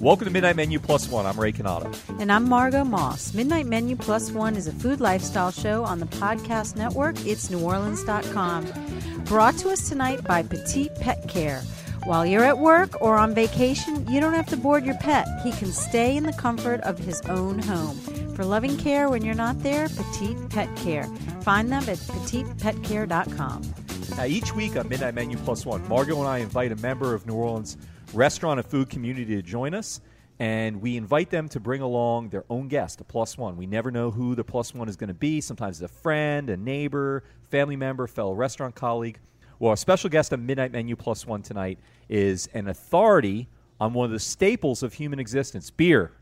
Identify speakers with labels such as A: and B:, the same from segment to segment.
A: Welcome to Midnight Menu Plus One. I'm Ray Canada.
B: And I'm Margot Moss. Midnight Menu Plus One is a food lifestyle show on the podcast network, it's neworleans.com. Brought to us tonight by Petite Pet Care. While you're at work or on vacation, you don't have to board your pet. He can stay in the comfort of his own home. For loving care when you're not there, Petite Pet Care. Find them at petitepetcare.com.
A: Now, each week on Midnight Menu Plus One, Margot and I invite a member of New Orleans restaurant and food community to join us, and we invite them to bring along their own guest, a plus one. We never know who the plus one is going to be. Sometimes it's a friend, a neighbor, family member, fellow restaurant colleague. Well, our special guest on Midnight Menu Plus One tonight is an authority on one of the staples of human existence beer.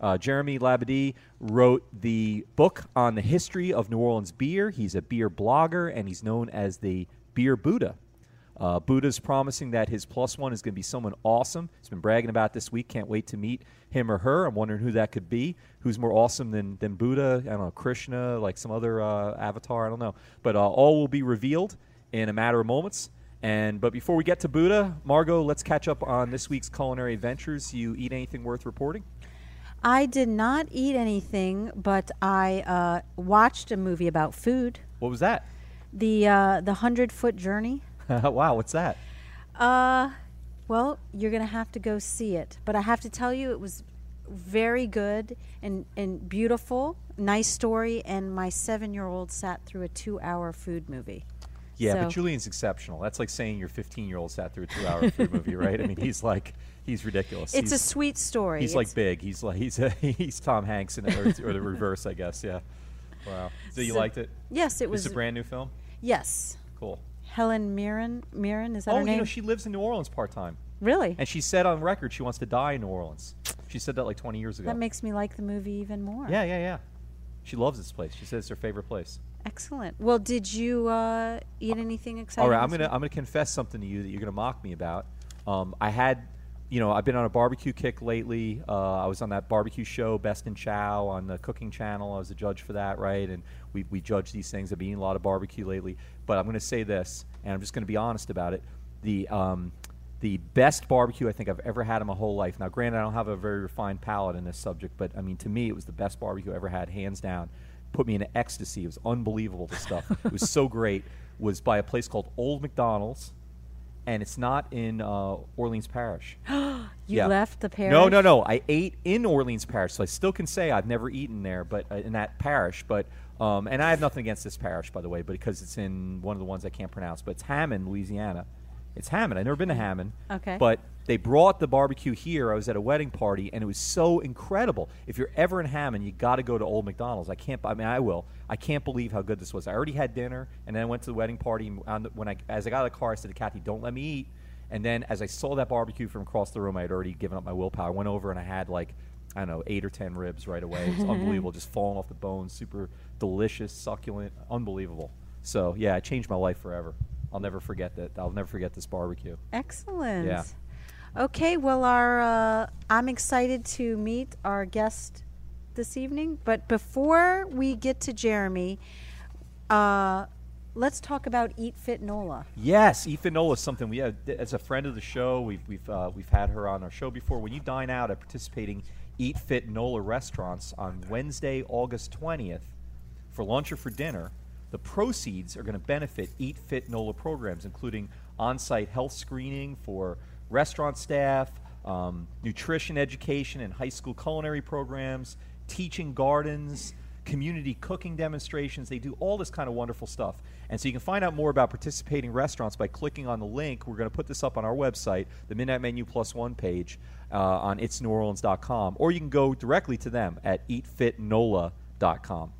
A: Uh, Jeremy Labadie wrote the book on the history of New Orleans beer. He's a beer blogger and he's known as the Beer Buddha. Uh, Buddha's promising that his plus one is going to be someone awesome. He's been bragging about this week. Can't wait to meet him or her. I'm wondering who that could be. Who's more awesome than, than Buddha? I don't know, Krishna, like some other uh, avatar. I don't know. But uh, all will be revealed in a matter of moments. And but before we get to Buddha, Margot, let's catch up on this week's culinary adventures. You eat anything worth reporting?
B: I did not eat anything, but I uh, watched a movie about food.
A: What was that?
B: The uh, the hundred foot journey.
A: wow, what's that?
B: Uh, well, you're gonna have to go see it. But I have to tell you, it was very good and and beautiful, nice story. And my seven year old sat through a two hour food movie.
A: Yeah, but
B: So-
A: Julian's exceptional. That's like saying your 15 year old sat through a two hour food movie, right? I mean, he's like, he's ridiculous.
B: It's a
A: He's-
B: sweet story.
A: He's like
B: It's-
A: big. He's like he's he's Tom Hanks in it, or, or the reverse, I guess. Yeah. Wow. So you
B: So-
A: liked it?
B: yes, it
A: It's
B: was
A: a brand new film.
B: yes.
A: Cool.
B: Helen Mirren, Mirren is that
A: oh,
B: her
A: you
B: name?
A: know she lives in New Orleans part time,
B: really?
A: and she said on record she wants to die in New Orleans. She said that like 20 years ago.
B: That makes me like the movie even more.
A: yeah, yeah, yeah. She loves this place. She says it's her favorite place.
B: Excellent. Well, did you uh, eat anything exciting?
A: All right, I'm
B: this
A: gonna
B: week?
A: I'm gonna confess something to you that you're gonna mock me about. Um, I had, you know, I've been on a barbecue kick lately. Uh, I was on that barbecue show Best in Chow on the Cooking Channel. I was a judge for that, right? And we we judge these things. I've been eating a lot of barbecue lately, but I'm gonna say this, and I'm just gonna be honest about it. The um, the best barbecue I think I've ever had in my whole life. Now, granted, I don't have a very refined palate in this subject, but I mean, to me, it was the best barbecue I ever had, hands down put me in ecstasy. It was unbelievable. The stuff it was so great was by a place called Old McDonald's, and it's not in uh, Orleans Parish.
B: You
A: yeah.
B: left the parish.
A: No, no, no. I ate in Orleans Parish, so I still can say I've never eaten there, but uh, in that parish. But um, and I have nothing against this parish, by the way, because it's in one of the ones I can't pronounce. But it's Hammond, Louisiana. It's Hammond. I've never been to Hammond.
B: Okay.
A: But they brought the barbecue here. I was at a wedding party, and it was so incredible. If you're ever in Hammond, you got to go to Old McDonald's. I can't. I mean, I will. I can't believe how good this was. I already had dinner, and then I went to the wedding party. And on the, when I, as I got out of the car, I said to Kathy, "Don't let me eat." And then, as I saw that barbecue from across the room, I had already given up my willpower. I went over and I had like, I don't know, eight or ten ribs right away. It was unbelievable, just falling off the bone, super delicious, succulent, unbelievable. So yeah, it changed my life forever. I'll never forget that. I'll never forget this barbecue.
B: Excellent.
A: Yeah.
B: Okay, well, our uh, I'm excited to meet our guest this evening. But before we get to Jeremy, uh, let's talk about Eat Fit Nola.
A: Yes, Ethan Nola is something we have as a friend of the show. We've we've uh, we've had her on our show before. When you dine out at participating Eat Fit Nola restaurants on Wednesday, August twentieth, for lunch or for dinner, the proceeds are going to benefit Eat Fit Nola programs, including on-site health screening for restaurant staff, um, nutrition education and high school culinary programs, teaching gardens community cooking demonstrations. They do all this kind of wonderful stuff. And so you can find out more about participating restaurants by clicking on the link. We're going to put this up on our website, the Midnight Menu Plus One page uh, on itsneworleans.com, or you can go directly to them at eatfitnola.com.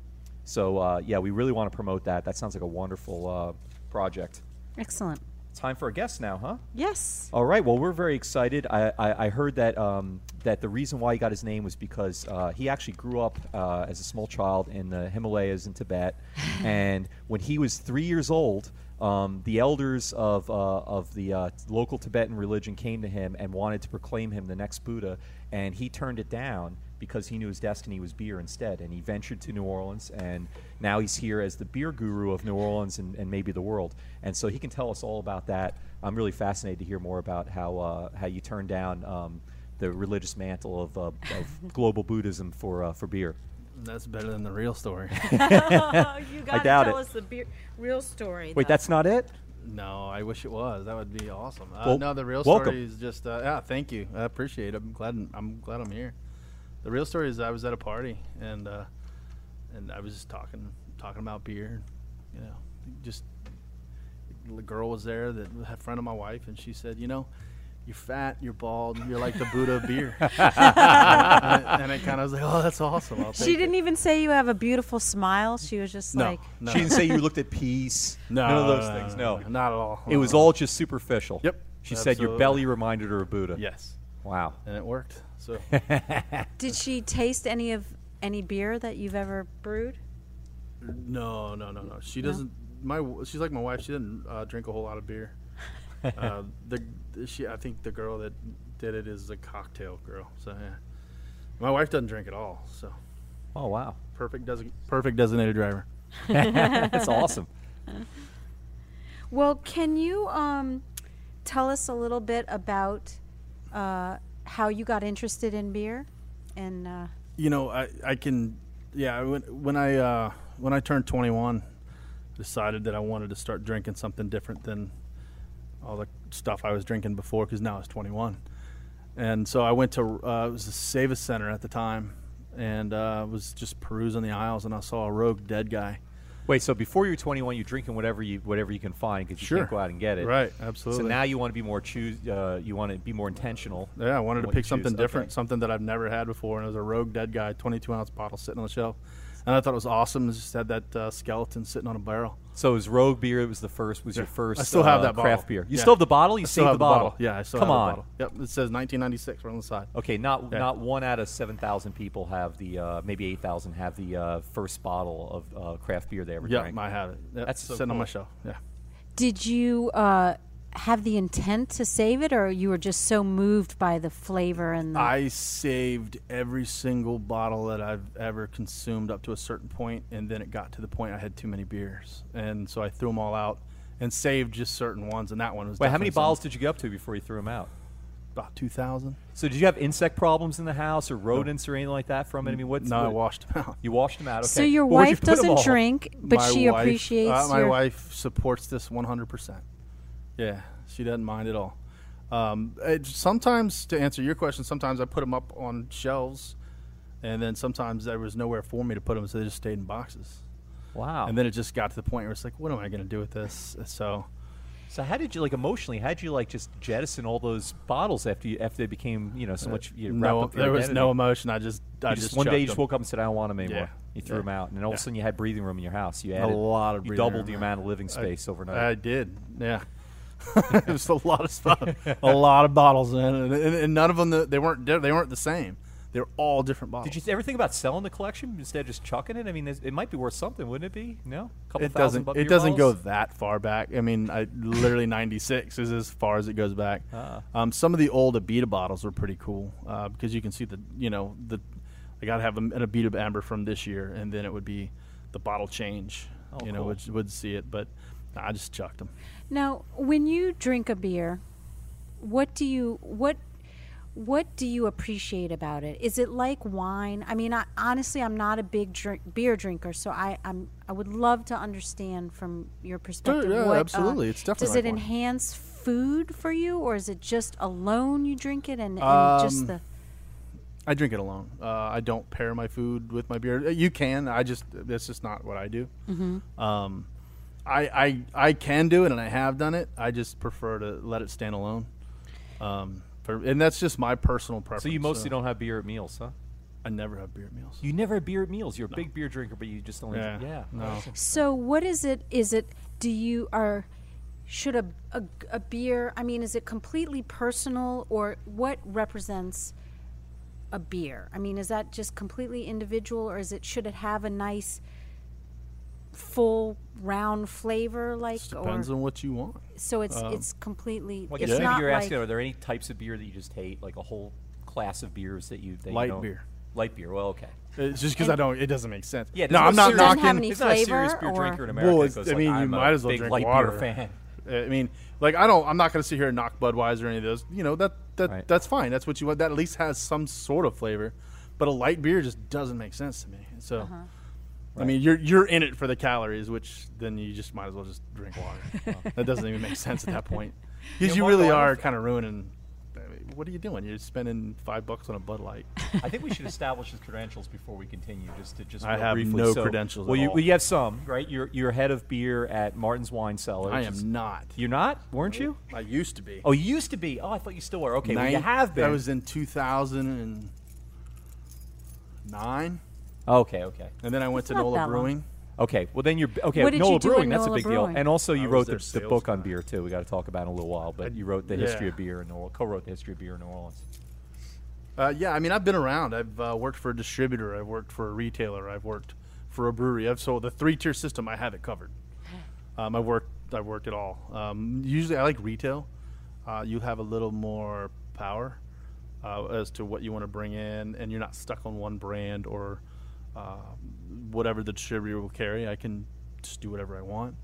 A: So, uh, yeah, we really want to promote that. That sounds like a wonderful uh, project.
B: Excellent.
A: Time for a guest now, huh?
B: Yes.
A: All right. Well, we're very excited. I, I, I heard that um, that the reason why he got his name was because uh, he actually grew up uh, as a small child in the Himalayas in Tibet, and when he was three years old, um, the elders of uh, of the uh, local Tibetan religion came to him and wanted to proclaim him the next Buddha, and he turned it down because he knew his destiny was beer instead, and he ventured to New Orleans, and now he's here as the beer guru of New Orleans and, and maybe the world. And so he can tell us all about that. I'm really fascinated to hear more about how uh, how you turned down um, the religious mantle of, uh, of global Buddhism for uh, for beer.
C: That's better than the real story.
B: you got to
A: doubt
B: tell
A: it.
B: us the beer, real story.
A: Wait,
B: though.
A: that's not it.
C: no, I wish it was. That would be awesome. Uh,
A: Well,
C: no, the real
A: welcome.
C: story is just. Uh, yeah, thank you. I appreciate it. I'm glad. I'm glad I'm here. The real story is I was at a party and uh, and I was just talking talking about beer. You know, just the girl was there that was a friend of my wife, and she said, you know. You're fat, you're bald, you're like the Buddha of beer. and I, kind of was like, oh, that's awesome. I'll
B: She
C: take it."
B: didn't even say you have a beautiful smile. She was just
C: No,
B: like,
C: no.
A: She didn't say you looked at peace.
C: No,
A: none of those
C: no,
A: things.
C: no,
A: No,
C: no, not at all.
A: it was all just superficial.
C: Yep,
A: She said your
C: absolutely.
A: belly reminded her of Buddha.
C: Yes,
A: Wow.
C: and it worked. So
B: did she taste any of any beer that you've ever brewed?
C: no, no, no, no. She doesn't. My w- she's like my wife. She didn't uh, drink a whole lot of beer. uh, the she I think the girl that did it is a cocktail girl. So yeah, my wife doesn't drink at all. So
A: Oh wow.
C: perfect doesn't perfect designated driver.
A: That's awesome.
B: Well, can you um, tell us a little bit about uh, how you got interested in beer? And uh,
C: You know, I I can yeah. I When when I uh, when I turned 21, decided that I wanted to start drinking something different than all the stuff I was drinking before because now I was 21. And so I went to uh, it was the Save Center at the time, and uh, was just perusing the aisles, and I saw a rogue dead guy.
A: Wait, so before you're 21, you're drinking whatever you whatever you can find because you
C: Sure.
A: can't go out and get it.
C: Right, absolutely.
A: So now you want to be more choose. Uh, you want to be more intentional.
C: Yeah, I wanted
A: in
C: to
A: what you
C: pick something
A: choose.
C: different,
A: Okay.
C: something that I've never had before, and it was a Rogue Dead Guy 22 ounce bottle sitting on the shelf, and I thought it was awesome. It just had that uh, skeleton sitting on a barrel.
A: So it was Rogue beer. It was the first. Was your first?
C: I still have
A: uh,
C: that bottle.
A: craft beer. You
C: Yeah.
A: still have the bottle. You
C: I still
A: saved
C: have
A: the bottle.
C: Yeah, I still
A: Come
C: have
A: on.
C: the bottle. Yep, it says 1996 right on the side.
A: Okay, not
C: Yeah.
A: not one out of seven thousand people have the uh, maybe eight thousand have the uh, first bottle of uh, craft beer they ever
C: Yep,
A: drank.
C: I have it. Yep,
A: That's so
C: sitting on my
A: cool.
C: shelf. Yeah.
B: did you uh, have the intent to save it, or you were just so moved by the flavor
A: Hmm.
B: and the
C: I saved every single bottle that I've ever consumed up to a certain point, and then it got to the point I had too many beers, and so I threw them all out and saved just certain ones, and that one was.
A: Wait, how many
C: definitely some-
A: bottles did you get up to before you threw them out?
C: About two thousand.
A: So did you have insect problems in the house or rodents or anything like that from it? I mean, what's
C: No, I
A: what-
C: washed them out.
A: You washed them out. Okay.
B: So your
A: Where'd you
B: wife
A: put 'em
B: doesn't
A: all?
B: drink, but
C: My
B: she
C: wife-
B: appreciates
C: uh, my
B: your
C: wife supports this 100%. Yeah, she doesn't mind at all. Um, it, sometimes, to answer your question, sometimes I put them up on shelves, and then sometimes there was nowhere for me to put them, so they just stayed in boxes.
A: Wow.
C: And then it just got to the point where it's like, what am I going to do with this? So,
A: so how did you like emotionally? How did you like just jettison all those bottles after you after they became you know so much? You wrapped
C: Uh, no,
A: up your
C: there was
A: identity?
C: no emotion. I just, I
A: You
C: just,
A: just, one day
C: chucked
A: you just
C: them.
A: woke up and said, "I don't want them anymore."
C: Yeah.
A: You threw
C: Yeah.
A: them out, and then all of a
C: Yeah.
A: sudden you had breathing room in your house. You added
C: lot of
A: You
C: breathing
A: doubled
C: room. Uh,
A: the amount of living
C: I-
A: space overnight.
C: I did. Yeah. it was a lot of stuff, a lot of bottles, in, it, and, and, and none of them the, they weren't di- they weren't the same. They were all different bottles.
A: Did you ever think about selling the collection instead of just chucking it? I mean, this- it might be worth something, wouldn't it be? No, couple
C: it
A: thousand.
C: doesn't
A: bu-
C: it
A: beer
C: doesn't go
A: bottles?
C: that far back. I mean, I literally '96 is as far as it goes back.
A: Ah.
C: Um, some of the old Abita bottles were pretty cool uh, because you can see the you know the I got to have an Abita amber from this year, and then it would be the bottle change.
A: Oh,
C: you know,
A: cool.
C: which would see it, but I just chucked them.
B: Now, when you drink a beer, what do you what what do you appreciate about it? Is it like wine? I mean, I, honestly, I'm not a big drink, beer drinker, so I I'm, I would love to understand from your perspective.
C: Oh, yeah,
B: what, uh,
C: absolutely. It's definitely
B: does
C: like
B: it
C: wine.
B: enhance food for you, or is it just alone you drink it and, and just
C: Um,
B: the
C: I drink it alone. Uh, I don't pair my food with my beer. Uh, You can. I just that's just not what I do. Um, I, I I can do it, and I have done it. I just prefer to let it stand alone. Um, for, and that's just my personal preference.
A: So you mostly don't have beer at meals, huh?
C: I never have beer at meals.
A: You never have beer at meals. You're a big beer drinker, but you just only
C: yeah.
A: yeah.
C: No.
B: So what is it? Is it do you are should a, a a beer? I mean, is it completely personal or what represents a beer? I mean, is that just completely individual or is it should it have a nice full round flavor like
C: Just depends
B: or
C: on what you want.
B: so it's it's completely
A: um, Well, I
B: it's
A: guess
B: not
A: maybe you're
B: like
A: asking: Are there any types of beer that you just hate, like a whole class of beers that you that you
C: Light
A: don't-
C: beer.
A: light beer? Well, okay.
C: It's just because I don't. It doesn't make sense.
A: Yeah,
C: No,
A: there's
C: I'm not
A: serious-
B: Doesn't have
C: knocking.
B: any
A: There's not a serious
B: flavor,
A: beer
B: or-
A: drinker in
B: Well,
A: America.
C: it's-
A: that goes
C: I
A: like,
C: mean, you
A: "I'm a
C: might as well
A: big
C: drink
A: light
C: water."
A: beer fan.
C: I mean, like I don't. I'm not going to sit here and knock Budweiser or any of those. You know that that
A: Right.
C: that's fine. That's what you want. That at least has some sort of flavor. But a light beer just doesn't make sense to me. So,
A: Uh-huh.
C: I mean, you're you're in it for the calories, which then you just might as well just drink water. that doesn't even make sense at that point, because
A: You
C: you
A: want
C: really
A: water?
C: are kind of ruining. I mean, What are you doing? You're spending five bucks on a Bud Light.
D: I think we should establish his credentials before we continue, just to just
C: I
D: real
C: have
D: briefly.
C: no
A: So-
C: credentials at
A: Well, you,
C: all.
A: well, you have some, right? You're you're head of beer at Martin's Wine Cellar.
C: I
A: which is-
C: am not.
A: You're not, weren't you?
C: I used to be.
A: Oh, you used to be. Oh, I thought you still were. Okay, well, you
C: Nine-
A: have been.
C: That was in 2009,
A: okay, okay,
C: and then I went to
B: not that
C: NOLA
B: long.
C: Brewing.
A: okay. Well, then you're okay.
B: What did
A: Nola
B: you do at
A: Brewing, that's
B: Nola
A: a big
B: Brewing?
A: deal. And also, you
C: was
A: wrote
C: their
A: the, the
C: sales
A: book on
C: guy.
A: beer too. We got to talk about in a little while. But you wrote the history
C: yeah.
A: of beer in New Orleans. Co-wrote the history of beer in New Orleans.
C: Uh, yeah, I mean, I've been around. I've uh, worked for a distributor. I've worked for a retailer. I've worked for a brewery. I've so the three tier system. I have it covered. Um, I've worked. I've worked it all. Um, usually, I like retail. Uh, you have a little more power uh, as to what you want to bring in, and you're not stuck on one brand or uh, whatever the distributor will carry. I can just do whatever I want.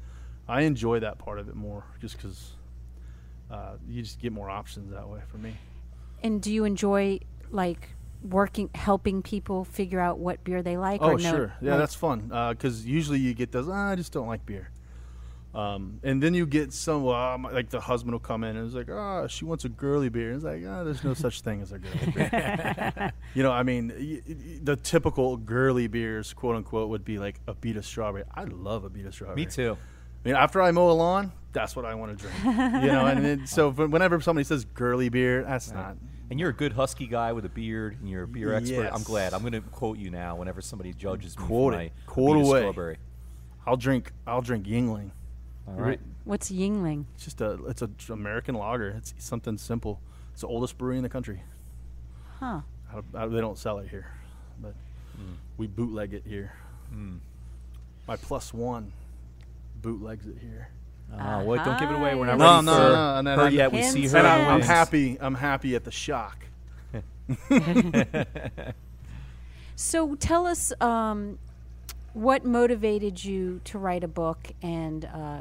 C: I enjoy that part of it more, just because uh, you just get more options that way for me.
B: And do you enjoy like working, helping people figure out what beer they like?
C: Oh,
B: or no,
C: sure. Yeah,
B: like-
C: that's fun. Because usually you get those, "Ah, I just don't like beer. Um, and then you get some, uh, my- like the husband will come in and it's like, ah, she wants a girly beer. It's like, ah, there's no such thing as a girly beer. you know, I mean, y- y- y- the typical girly beers, quote unquote, would be like a Abita strawberry. I love a Abita strawberry.
A: Me too.
C: I mean, after I mow a lawn, that's what I want to drink. you know, and then, so whenever somebody says girly beer, that's not.
A: And you're a good husky guy with a beard, and you're a beer expert. I'm
C: Yes.
A: glad. I'm going to quote you now. Whenever somebody judges me,
C: Quote
A: for my
C: it. Quote
A: Vita
C: away.
A: Strawberry.
C: I'll drink. I'll drink Yingling.
A: All right.
B: What's Yingling?
C: It's just a it's a dr- American lager. It's something simple. It's the oldest brewery in the country.
B: Huh.
C: I don't- I- they don't sell it here, but we bootleg it here. Hmm. My plus one bootlegs it here. Uh,
A: Ah, well, don't give it away. We're not
B: Uh-huh.
C: No,
A: ready
C: no,
A: for
C: no, and then
A: her
C: I'm-
A: yet. We see
B: Hints
A: her.
C: And
B: Very
C: I'm, I'm
B: nice.
C: happy. I'm happy at the shock.
B: So tell us um, what motivated you to write a book, and uh,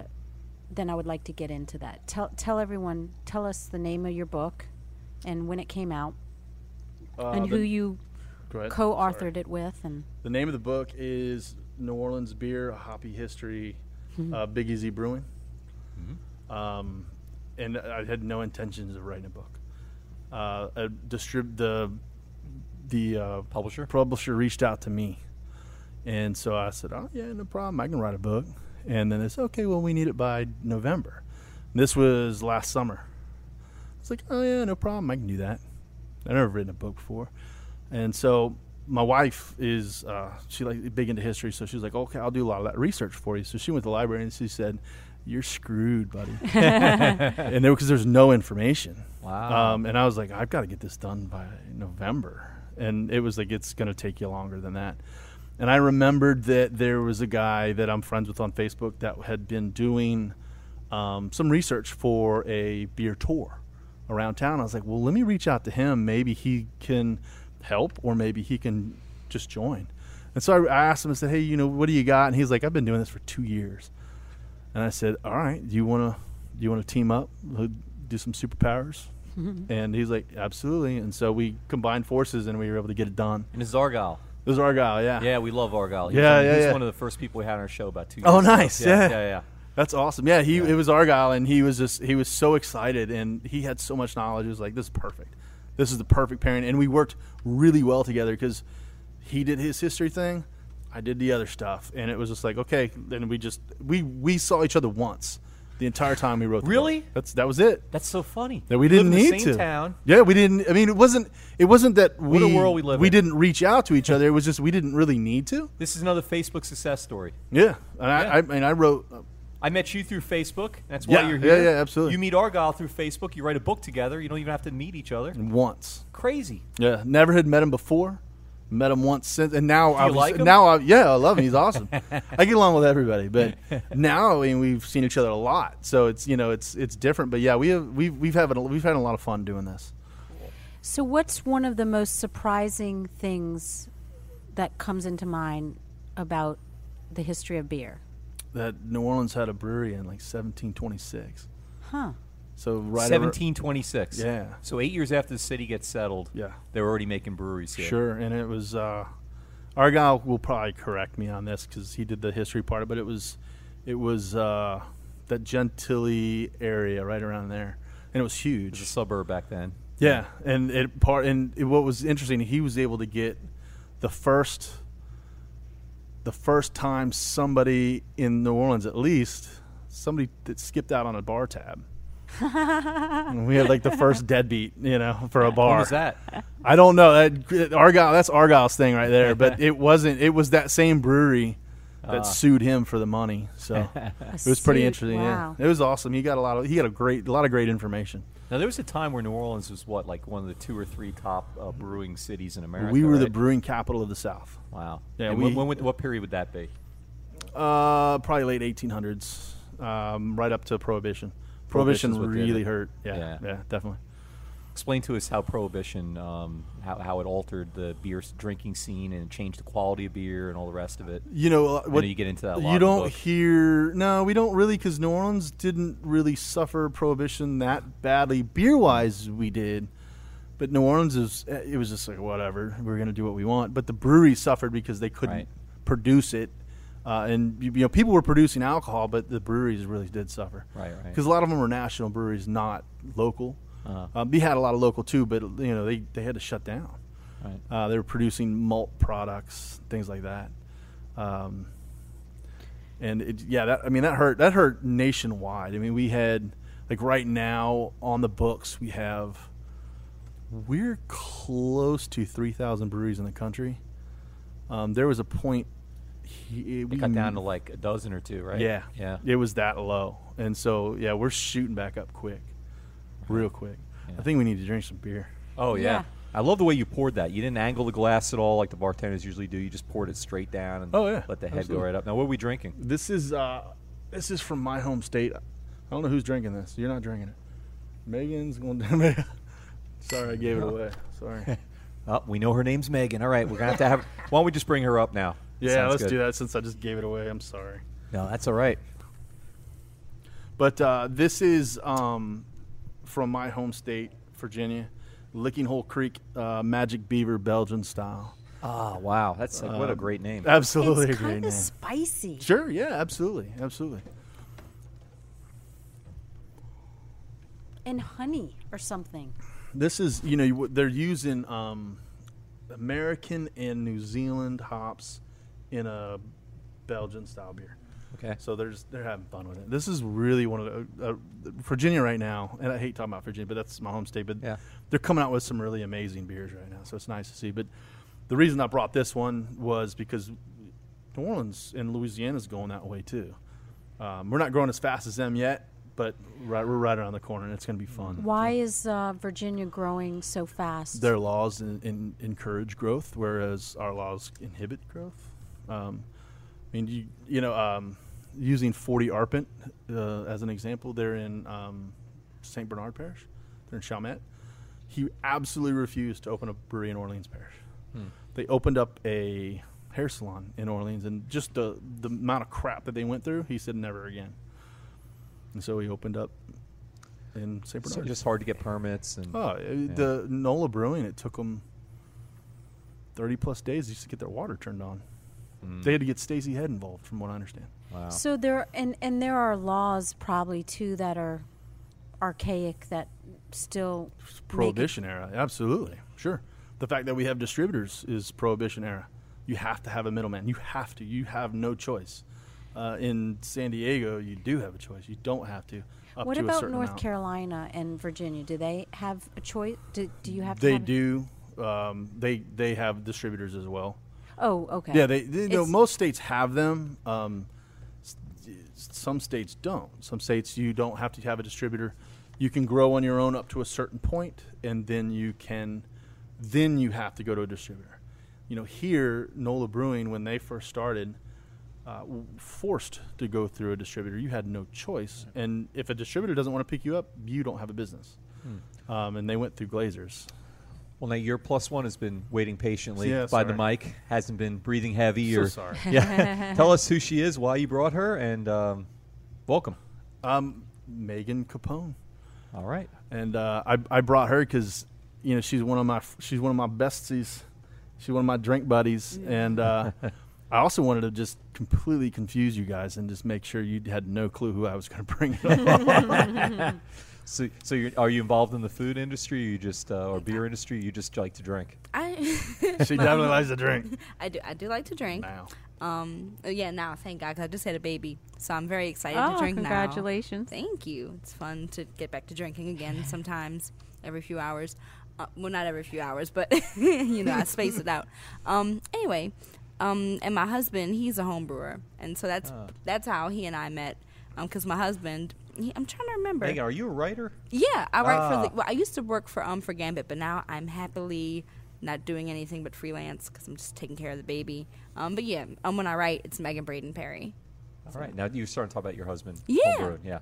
B: then I would like to get into that. Tell tell everyone, tell us the name of your book, and when it came out, and who you
C: Go ahead.
B: co-authored it with, and
C: The name of the book is New Orleans Beer, A Hoppy History, uh, Big Easy Brewing. Um, and I had no intentions of writing a book. Uh, a distrib- the the uh,
A: Publisher?
C: publisher reached out to me, and so I said, "Oh yeah, no problem. I can write a book." And then it's okay. Well, we need it by November. This was last summer. It's like, oh yeah, no problem. I can do that. I've never written a book before, and so my wife is uh, she like big into history, so she was like, okay, I'll do a lot of that research for you. So she went to the library and she said, "You're screwed, buddy," and there because there's no information.
A: Wow.
C: Um, and I was like, I've got to get this done by November, and it was like it's going to take you longer than that. And I remembered that there was a guy that I'm friends with on Facebook that had been doing um, some research for a beer tour around town. I was like, well, let me reach out to him. Maybe he can help, or maybe he can just join. And so I, I asked him, I said, hey, you know, what do you got? And he's like, I've been doing this for two years. And I said, all right, do you want to do you want to team up, We'll do some superpowers? and he's like, absolutely. And so we combined forces and we were able to get it done.
A: and it's Argyle.
C: This is Argyle, yeah.
A: Yeah, we love Argyle. He's
C: Yeah,
A: one-
C: yeah,
A: He's
C: yeah.
A: one of the first people we had on our show about two.
C: Oh,
A: years ago.
C: nice,
A: Yeah,
C: yeah.
A: yeah, yeah.
C: That's awesome. Yeah, he it was Argyle, and he was just he was so excited, and he had so much knowledge. It was like this is perfect. This is the perfect pairing, and we worked really well together because he did his history thing, I did the other stuff, and it was just like okay. Then we just we we saw each other once the entire time we wrote. the book.
A: Really?
C: That's that was it.
A: That's so funny.
C: That we
A: live in
C: didn't need
A: the same
C: to.
A: Town.
C: Yeah, we didn't. I mean, it wasn't. It wasn't that we
A: a world we live in.
C: didn't reach out to each other. It was just we didn't really need to.
A: This is another Facebook success story.
C: Yeah, and I,
A: Yeah.
C: I, and I wrote.
A: I met you through Facebook. That's why
C: Yeah,
A: you're
C: yeah,
A: here.
C: yeah, absolutely.
A: You meet Argyle through Facebook. You write a book together. You don't even have to meet each
C: Mm.
A: other.
C: Once,
A: Crazy.
C: Yeah, never had met him before. Met him once since, and now I
A: like him?
C: now I yeah I love him. He's awesome. I get along with everybody, but now I mean we've seen each other a lot, so it's you know it's it's different. But yeah, we have we've we've had we've had a lot of fun doing this.
B: so what's one of the most surprising things that comes into mind about the history of beer?
C: That New Orleans had a brewery in like 1726.
B: Huh.
C: So right. over-
A: 1726.
C: Yeah.
A: So eight years after the city gets settled,
C: Yeah.
A: they're already making breweries here.
C: Sure, and it was uh, Argyle will probably correct me on this because he did the history part, but it was it was uh, that Gentilly area right around there, and it was
A: It was a
C: huge.
A: suburb back then.
C: Yeah, and it part and it, what was interesting, he was able to get the first the first time somebody in New Orleans, at least somebody that skipped out on a bar tab. And we had like the first deadbeat, you know, for a bar.
A: What was that?
C: I don't know that Argyle. That's Argyle's thing right there. But it wasn't. It was that same brewery that sued him for the money. So it was pretty
B: suit,
C: interesting.
B: wow.
C: Yeah, it was awesome. He got a lot of. He got a great, a lot of great information.
A: Now there was a time where New Orleans was what, like one of the two or three top uh, brewing cities in America.
C: we were the
A: right?
C: brewing capital of the South.
A: wow.
C: Yeah,
A: And
C: we-
A: when, when would- what period would that be?
C: Uh, probably late 1800s, um, right up to Prohibition.
A: Prohibition's
C: Prohibition
A: what did
C: really
A: it.
C: hurt. Yeah,
A: Yeah.
C: yeah, definitely.
A: Explain to us how prohibition, um, how, how it altered the beer s- drinking scene and changed the quality of beer and all the rest of it.
C: You know uh, what?
A: you get into that a lot
C: You
A: in the
C: don't
A: book.
C: hear. No, we don't really, because New Orleans didn't really suffer prohibition that badly. Beer wise, we did, but New Orleans is. uh, It was just like whatever. We're gonna do what we want. But the breweries suffered because they couldn't
A: Right.
C: produce it, uh, and you you know people were producing alcohol, but the breweries really did suffer.
A: Right, right. Uh-huh.
C: Because a lot of them were national breweries, not local. uh we had a lot of local too, but you know they they had to shut down.
A: Right.
C: Uh, they were producing malt products, things like that. Um, and it, yeah, that I mean that hurt. That hurt nationwide. I mean, we had like right now on the books we have we're close to three thousand breweries in the country. Um, there was a point he,
A: It got down to like a dozen or two, right?
C: yeah
A: Mm. yeah.
C: it was that low, and so yeah, we're shooting back up quick,
A: Uh-huh.
C: real quick. I think we need to drink some beer.
A: Oh yeah.
B: Yeah.
A: I love the way you poured that. You didn't angle the glass at all like the bartenders usually do. You just poured it straight down and
C: Oh, yeah.
A: let the head go
C: Absolutely.
A: right up. Now what are we drinking?
C: This is uh, this is from my home state. I don't know who's drinking this. You're not drinking it. Megan's going to. Sorry, I gave it away. Sorry.
A: Oh, we know her name's Megan. All right, we're gonna have to have. Why don't we just bring her up now?
C: yeah,
A: Sounds
C: let's
A: good.
C: do that since I just gave it away. I'm sorry.
A: No, that's all right.
C: But uh, this is um, from my home state, Virginia, Licking Hole Creek uh, Magic Beaver Belgian style.
A: Oh wow, that's like,
C: Um,
A: what a great name.
C: Absolutely
B: It's
C: agree.
B: kind of spicy.
C: Oh, Sure. Yeah. Absolutely. Absolutely.
B: And honey or something.
C: This is, you know, you- they're using um, American and New Zealand hops in a Belgian style beer.
A: Okay.
C: So they're just, they're having fun with it. This is really one of the, uh, Virginia right now, and I hate talking about Virginia, but that's my home state. But
A: Yeah.
C: they're coming out with some really amazing beers right now, so it's nice to see. But the reason I brought this one was because New Orleans and Louisiana's going that way too. Um, we're not growing as fast as them yet, but right, we're right around the corner, and it's going to be fun.
B: Why is uh, Virginia growing so fast?
C: Their laws in, in, encourage growth, whereas our laws inhibit growth. Um, I mean, you, you know, um, using 40 Arpent uh, as an example, they're in um, St. Bernard Parish, they're in Chalmette. He absolutely refused to open a brewery in Orleans Parish.
A: Hmm.
C: They opened up a hair salon in Orleans, and just the, the amount of crap that they went through, he said never again. And so he opened up in St.
A: So
C: Bernard.
A: just hard to get permits and
C: Oh, it- the Nola Brewing, it took them 30 plus days just to get their water turned on. They had to get Stacy Head involved, from what I understand.
A: wow.
B: So there and and there are laws probably too that are archaic that still make it-
C: Prohibition era, absolutely. Sure. The fact that we have distributors is prohibition era. You have to have a middleman. You have to. You have no choice. Uh, in San Diego, you do have a choice. You don't have to. Up
B: What
C: to a
B: about
C: certain
B: North
C: amount.
B: Carolina and Virginia? Do they have a choice? Do, do you have to
C: They
B: have-
C: do. Um, they they have distributors as well.
B: Oh, okay.
C: Yeah, they, they you know
B: It's-
C: most states have them. Um, s- s- some states don't. Some states you don't have to have a distributor. You can grow on your own up to a certain point, and then you can, then you have to go to a distributor. You know, here Nola Brewing, when they first started, uh, w- forced to go through a distributor. You had no choice, and if a distributor doesn't want to pick you up, you don't have a business. Um, and they went through Glazers.
A: Well, now your plus one has been waiting patiently
C: Yeah,
A: by the
C: sorry.
A: mic, hasn't been breathing heavy
C: So
A: or
C: sorry.
A: yeah. Tell us who she is, why you brought her, and um, welcome.
C: Um, Megan Capone.
A: All right.
C: and uh, I I brought her because you know she's one of my she's one of my besties, she's one of my drink buddies, and uh, I also wanted to just completely confuse you guys and just make sure you had no clue who I was going to bring. along.
A: So, so you're, are you involved in the food industry? You just uh, or beer industry? You just like to drink?
E: I
C: she definitely likes to drink
E: I do I do like to drink.
C: now.
E: Um, uh, yeah, now thank God 'cause I just had a baby, so I'm very excited
B: Oh,
E: to drink now.
B: congratulations.
E: Thank you. It's fun to get back to drinking again sometimes, every few hours. Uh, well, not every few hours, but you know, I space it out. Um, anyway, um, and my husband, he's a home brewer, and so that's that's how he and I met. Um, because my husband, he, I'm trying to remember.
A: Megan, are you a writer?
E: Yeah, I work
A: Ah.
E: for. The, well, I used to work for um for Gambit, but now I'm happily not doing anything but freelance because I'm just taking care of the baby. Um, but yeah, um, when I write, it's Megan Braden Perry.
A: All right. Now you're starting to talk about your husband.
E: Yeah.
A: Homebrew, yeah.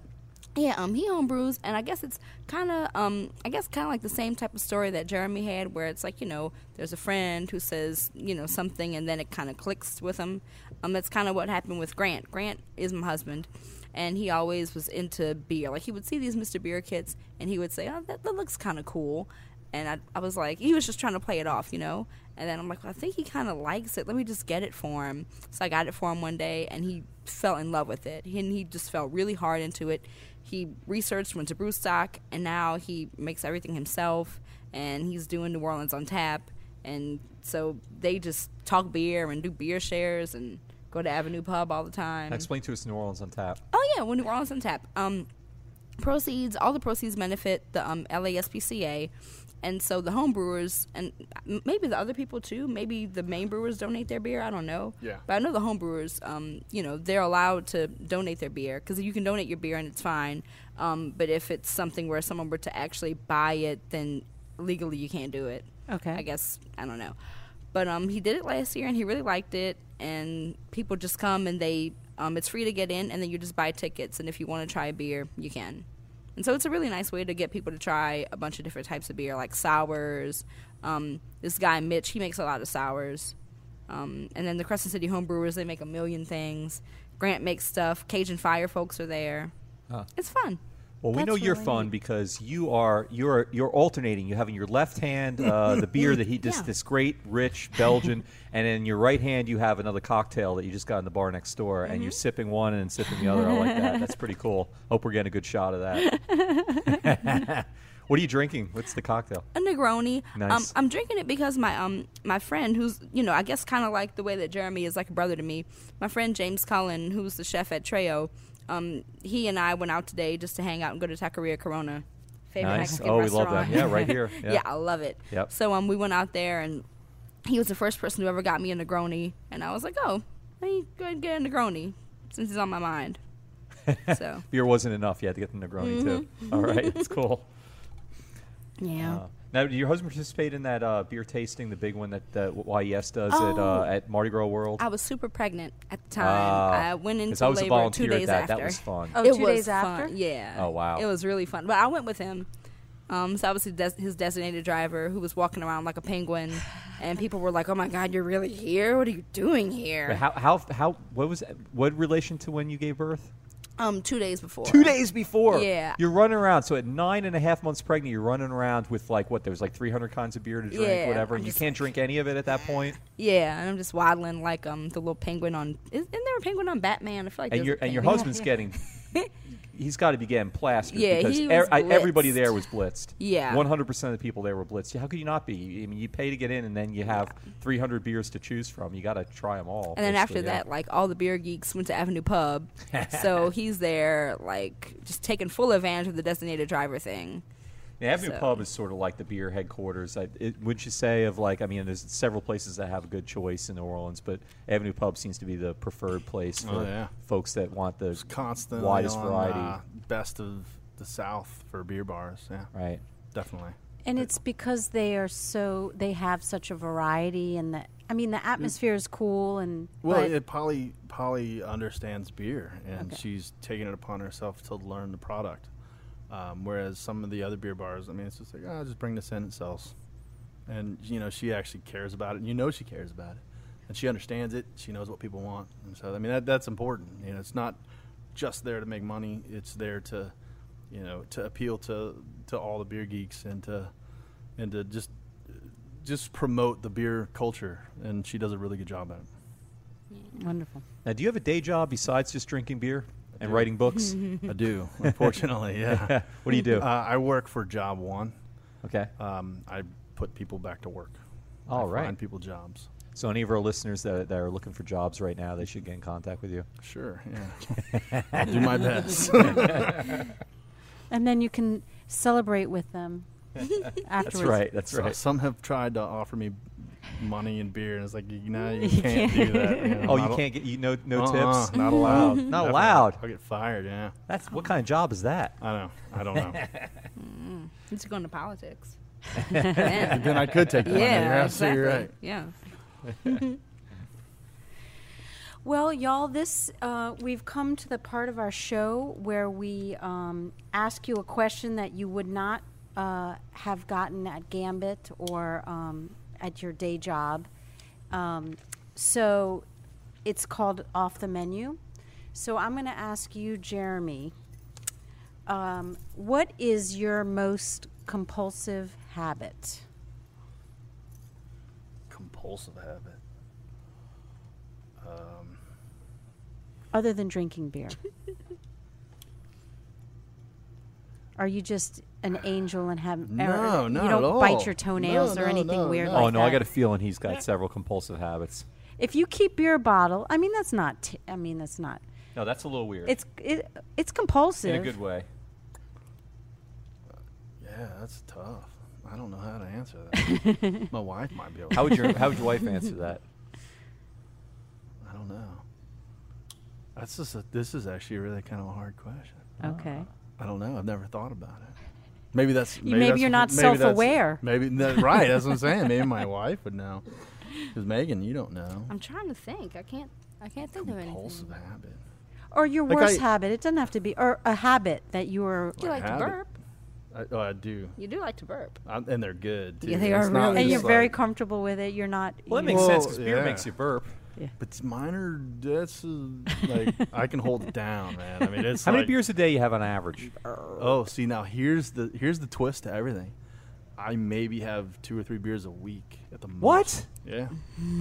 E: Yeah, um, he homebrews, and I guess it's kind of, um, I guess kind of like the same type of story that Jeremy had, where it's like you know, there's a friend who says you know something, and then it kind of clicks with him. Um, that's kind of what happened with Grant. Grant is my husband, and he always was into beer. Like he would see these Mr. Beer kits, and he would say, "Oh, that, that looks kind of cool," and I, I was like, he was just trying to play it off, you know. And then I'm like, well, I think he kind of likes it. Let me just get it for him. So I got it for him one day, and he fell in love with it. He, and he just fell really hard into it. He researched, went to brew stock, and now he makes everything himself. And he's doing New Orleans on tap. And so they just talk beer and do beer shares and go to Avenue Pub all the time.
A: Now explain to us New Orleans on tap.
E: Oh yeah, when New Orleans on tap. Um, proceeds, all the proceeds benefit the um, LASPCA, and so the home brewers and uh, m- maybe the other people too. Maybe the main brewers donate their beer. I don't know.
C: Yeah.
E: But I know the home brewers. Um, you know they're allowed to donate their beer because you can donate your beer and it's fine. Um, but if it's something where someone were to actually buy it, then legally you can't do it.
B: Okay.
E: I guess I don't know. But um, he did it last year and he really liked it. And people just come and they um, it's free to get in and then you just buy tickets. And if you want to try a beer, you can. And so it's a really nice way to get people to try a bunch of different types of beer, like sours. Um, this guy Mitch, he makes a lot of sours. Um, and then the Crescent City Homebrewers, they make a million things. Grant makes stuff. Cajun Fire folks are there. It's fun.
A: Well, we
B: That's
A: know you're
B: really
A: fun
B: neat.
A: because you are you're you're alternating. You have in your left hand uh, the beer that he this
E: Yeah.
A: this great rich Belgian, and in your right hand you have another cocktail that you just got in the bar next door, and you're sipping one and sipping the other. I like that. That's pretty cool. Hope we're getting a good shot of that. what are you drinking? What's the cocktail?
E: a Negroni. Um,
A: Nice.
E: I'm drinking it because my um my friend who's you know I guess kind of like the way that Jeremy is like a brother to me. My friend James Cullen, who's the chef at Treo, um he and I went out today just to hang out and go to Taqueria Corona, favorite
A: Nice.
E: Mexican
A: Oh, we love
E: restaurant.
A: them. Yeah, right here. Yeah.
E: Yeah, I love it.
A: Yep.
E: So um we went out there and he was the first person who ever got me a Negroni, and I was like, oh, let me go ahead and get a Negroni since it's on my mind. so
A: Beer wasn't enough. You had to get the Negroni too. All right, it's cool.
E: Mm-hmm. yeah.
A: Uh, now, did your husband participate in that uh, beer tasting, the big one that, that YES does at uh,
E: Oh.
A: at Mardi Gras World?
E: I was super pregnant at the time.
A: Ah,
E: I went
A: 'cause
E: into
A: I was a
E: labor
A: volunteer
E: two
A: at
E: days
A: that.
E: after.
A: That was fun.
B: Oh,
E: it
B: two
E: was
B: days after?
E: fun, Yeah.
A: Oh, wow.
E: It was really fun. But I went with him. Um, so I was his, des- his designated driver who was walking around like a penguin, and people were like, "Oh my God, you're really here? What are you doing
A: But
E: here?"
A: how how how what was what relation to when you gave birth?
E: Um, two days before.
A: Two days before.
E: Yeah.
A: You're running around. So at nine and a half months pregnant, you're running around with like what? There's like 300 kinds of beer to drink,
E: Yeah,
A: whatever,
E: I'm
A: and you
E: just
A: can't drink any of it at that point.
E: Yeah, and I'm just waddling like um the little penguin on. is- Isn't there a penguin on Batman? I feel like
A: And
E: there's
A: your
E: a
A: and your
E: penguin.
A: husband's getting. He's got to be getting plastered
E: Yeah,
A: because
E: he
A: e-
E: was
A: I- everybody
E: blitzed.
A: there was blitzed.
E: Yeah.
A: 100% of the people there were blitzed. How could you not be? I mean, you pay to get in and then you have 300 beers to choose from. You got to try them all.
E: And then after
A: basically, yeah.
E: that, like all the beer geeks went to Avenue Pub, so he's there like just taking full advantage of the designated driver thing.
A: The Avenue
E: So-
A: Pub is sort of like the beer headquarters. I, it, wouldn't you say? Of like, I mean, there's several places that have a good choice in New Orleans, but Avenue Pub seems to be the preferred place for
C: Oh, yeah.
A: folks that want the
C: Constantly
A: widest
C: on,
A: variety.
C: uh, best of the South for beer bars. Yeah,
A: right.
C: definitely.
B: And it's because they are so they have such a variety, and the I mean the atmosphere is cool, and
C: Well,
B: but-
C: it, Polly Polly understands beer, and
B: Okay.
C: she's taken it upon herself to learn the product. Um, whereas some of the other beer bars, I mean, it's just like, oh, just bring this in, it sells. And you know, she actually cares about it, and you know, she cares about it, and she understands it. She knows what people want, and so I mean, that that's important. You know, it's not just there to make money; it's there to you know, to appeal to to all the beer geeks and to and to just just promote the beer culture. And she does a really good job at it.
B: Wonderful.
A: Now, do you have a day job besides just drinking beer and writing books?
C: I do, unfortunately. Yeah.
A: What do you do?
C: Uh, I work for Job One.
A: okay.
C: Um, I put people back to work.
A: All
C: I
A: right.
C: Find people jobs.
A: So, any of our listeners that, that are looking for jobs right now, they should get in contact with you.
C: Sure. Yeah. I'll do my best.
B: And then you can celebrate with them afterwards.
A: That's right. That's
C: So
A: right.
C: Some have tried to offer me money and beer, and it's like, you know, you can't do that. know,
A: Oh,
C: not
A: you
C: al-
A: can't get you no no
C: Uh-uh,
A: tips.
C: Not allowed. Definitely.
A: allowed.
C: I'll get fired. Yeah.
A: That's what kind of job is that?
C: I know. I don't know.
E: It's going to politics.
C: then I could take the money. You're
E: yeah,
C: absolutely
E: exactly.
C: right.
E: Yeah.
B: Well, y'all, this uh, we've come to the part of our show where we um, ask you a question that you would not uh, have gotten at Gambit or um, at your day job. Um, so it's called off the menu. So I'm going to ask you, Jeremy, um, what is your most compulsive habit?
C: Compulsive habit.
B: other than drinking beer? Are you just an angel and have
C: No,
B: or
C: not
B: you
C: at
B: don't
C: all.
B: bite your toenails
C: No,
B: or
C: no,
B: anything
C: no,
B: weird
C: no.
A: Oh
B: like
A: no,
B: that?
A: I got a feeling he's got several compulsive habits.
B: if you keep your bottle, I mean that's not t- I mean that's not.
D: No, that's a little weird.
B: It's it, it's compulsive.
D: in a good way.
C: Yeah, that's tough. I don't know how to answer that. my wife might be able.
A: How
C: to.
A: would your how would your wife answer that?
C: I don't know. That's just a, this is actually really kind of a hard question.
B: Okay.
A: uh,
C: I don't know. I've never thought about it. Maybe that's maybe,
B: maybe
C: that's-
B: you're not
C: maybe that's-
B: self-aware.
C: Maybe that, right. That's what I'm saying. Maybe my wife would know. Because Megan, you don't know.
E: I'm trying to think. I can't. I can't think of anything.
C: Compulsive habit.
B: Or your
C: Like
B: worst
C: I-
B: habit. It doesn't have to be or a habit that you are
E: You like to
C: Habit.
E: burp.
C: I, oh, I do.
E: You do like to burp.
C: I'm, and they're good. Too.
E: Yeah, they
C: It's
E: are
C: not
E: really
B: and
C: just
B: you're very
C: like-
B: comfortable with it. You're not
A: Well, that
B: you-
A: makes sense because
C: Well,
A: beer
C: yeah.
A: makes you burp.
C: But mine are that's uh, like I can hold it down, man. I mean, it's
A: How many
C: like-
A: beers a day you have on average?
C: Oh, see now here's the here's the twist to everything. I maybe have two or three beers a week at the most.
A: What?
C: Yeah.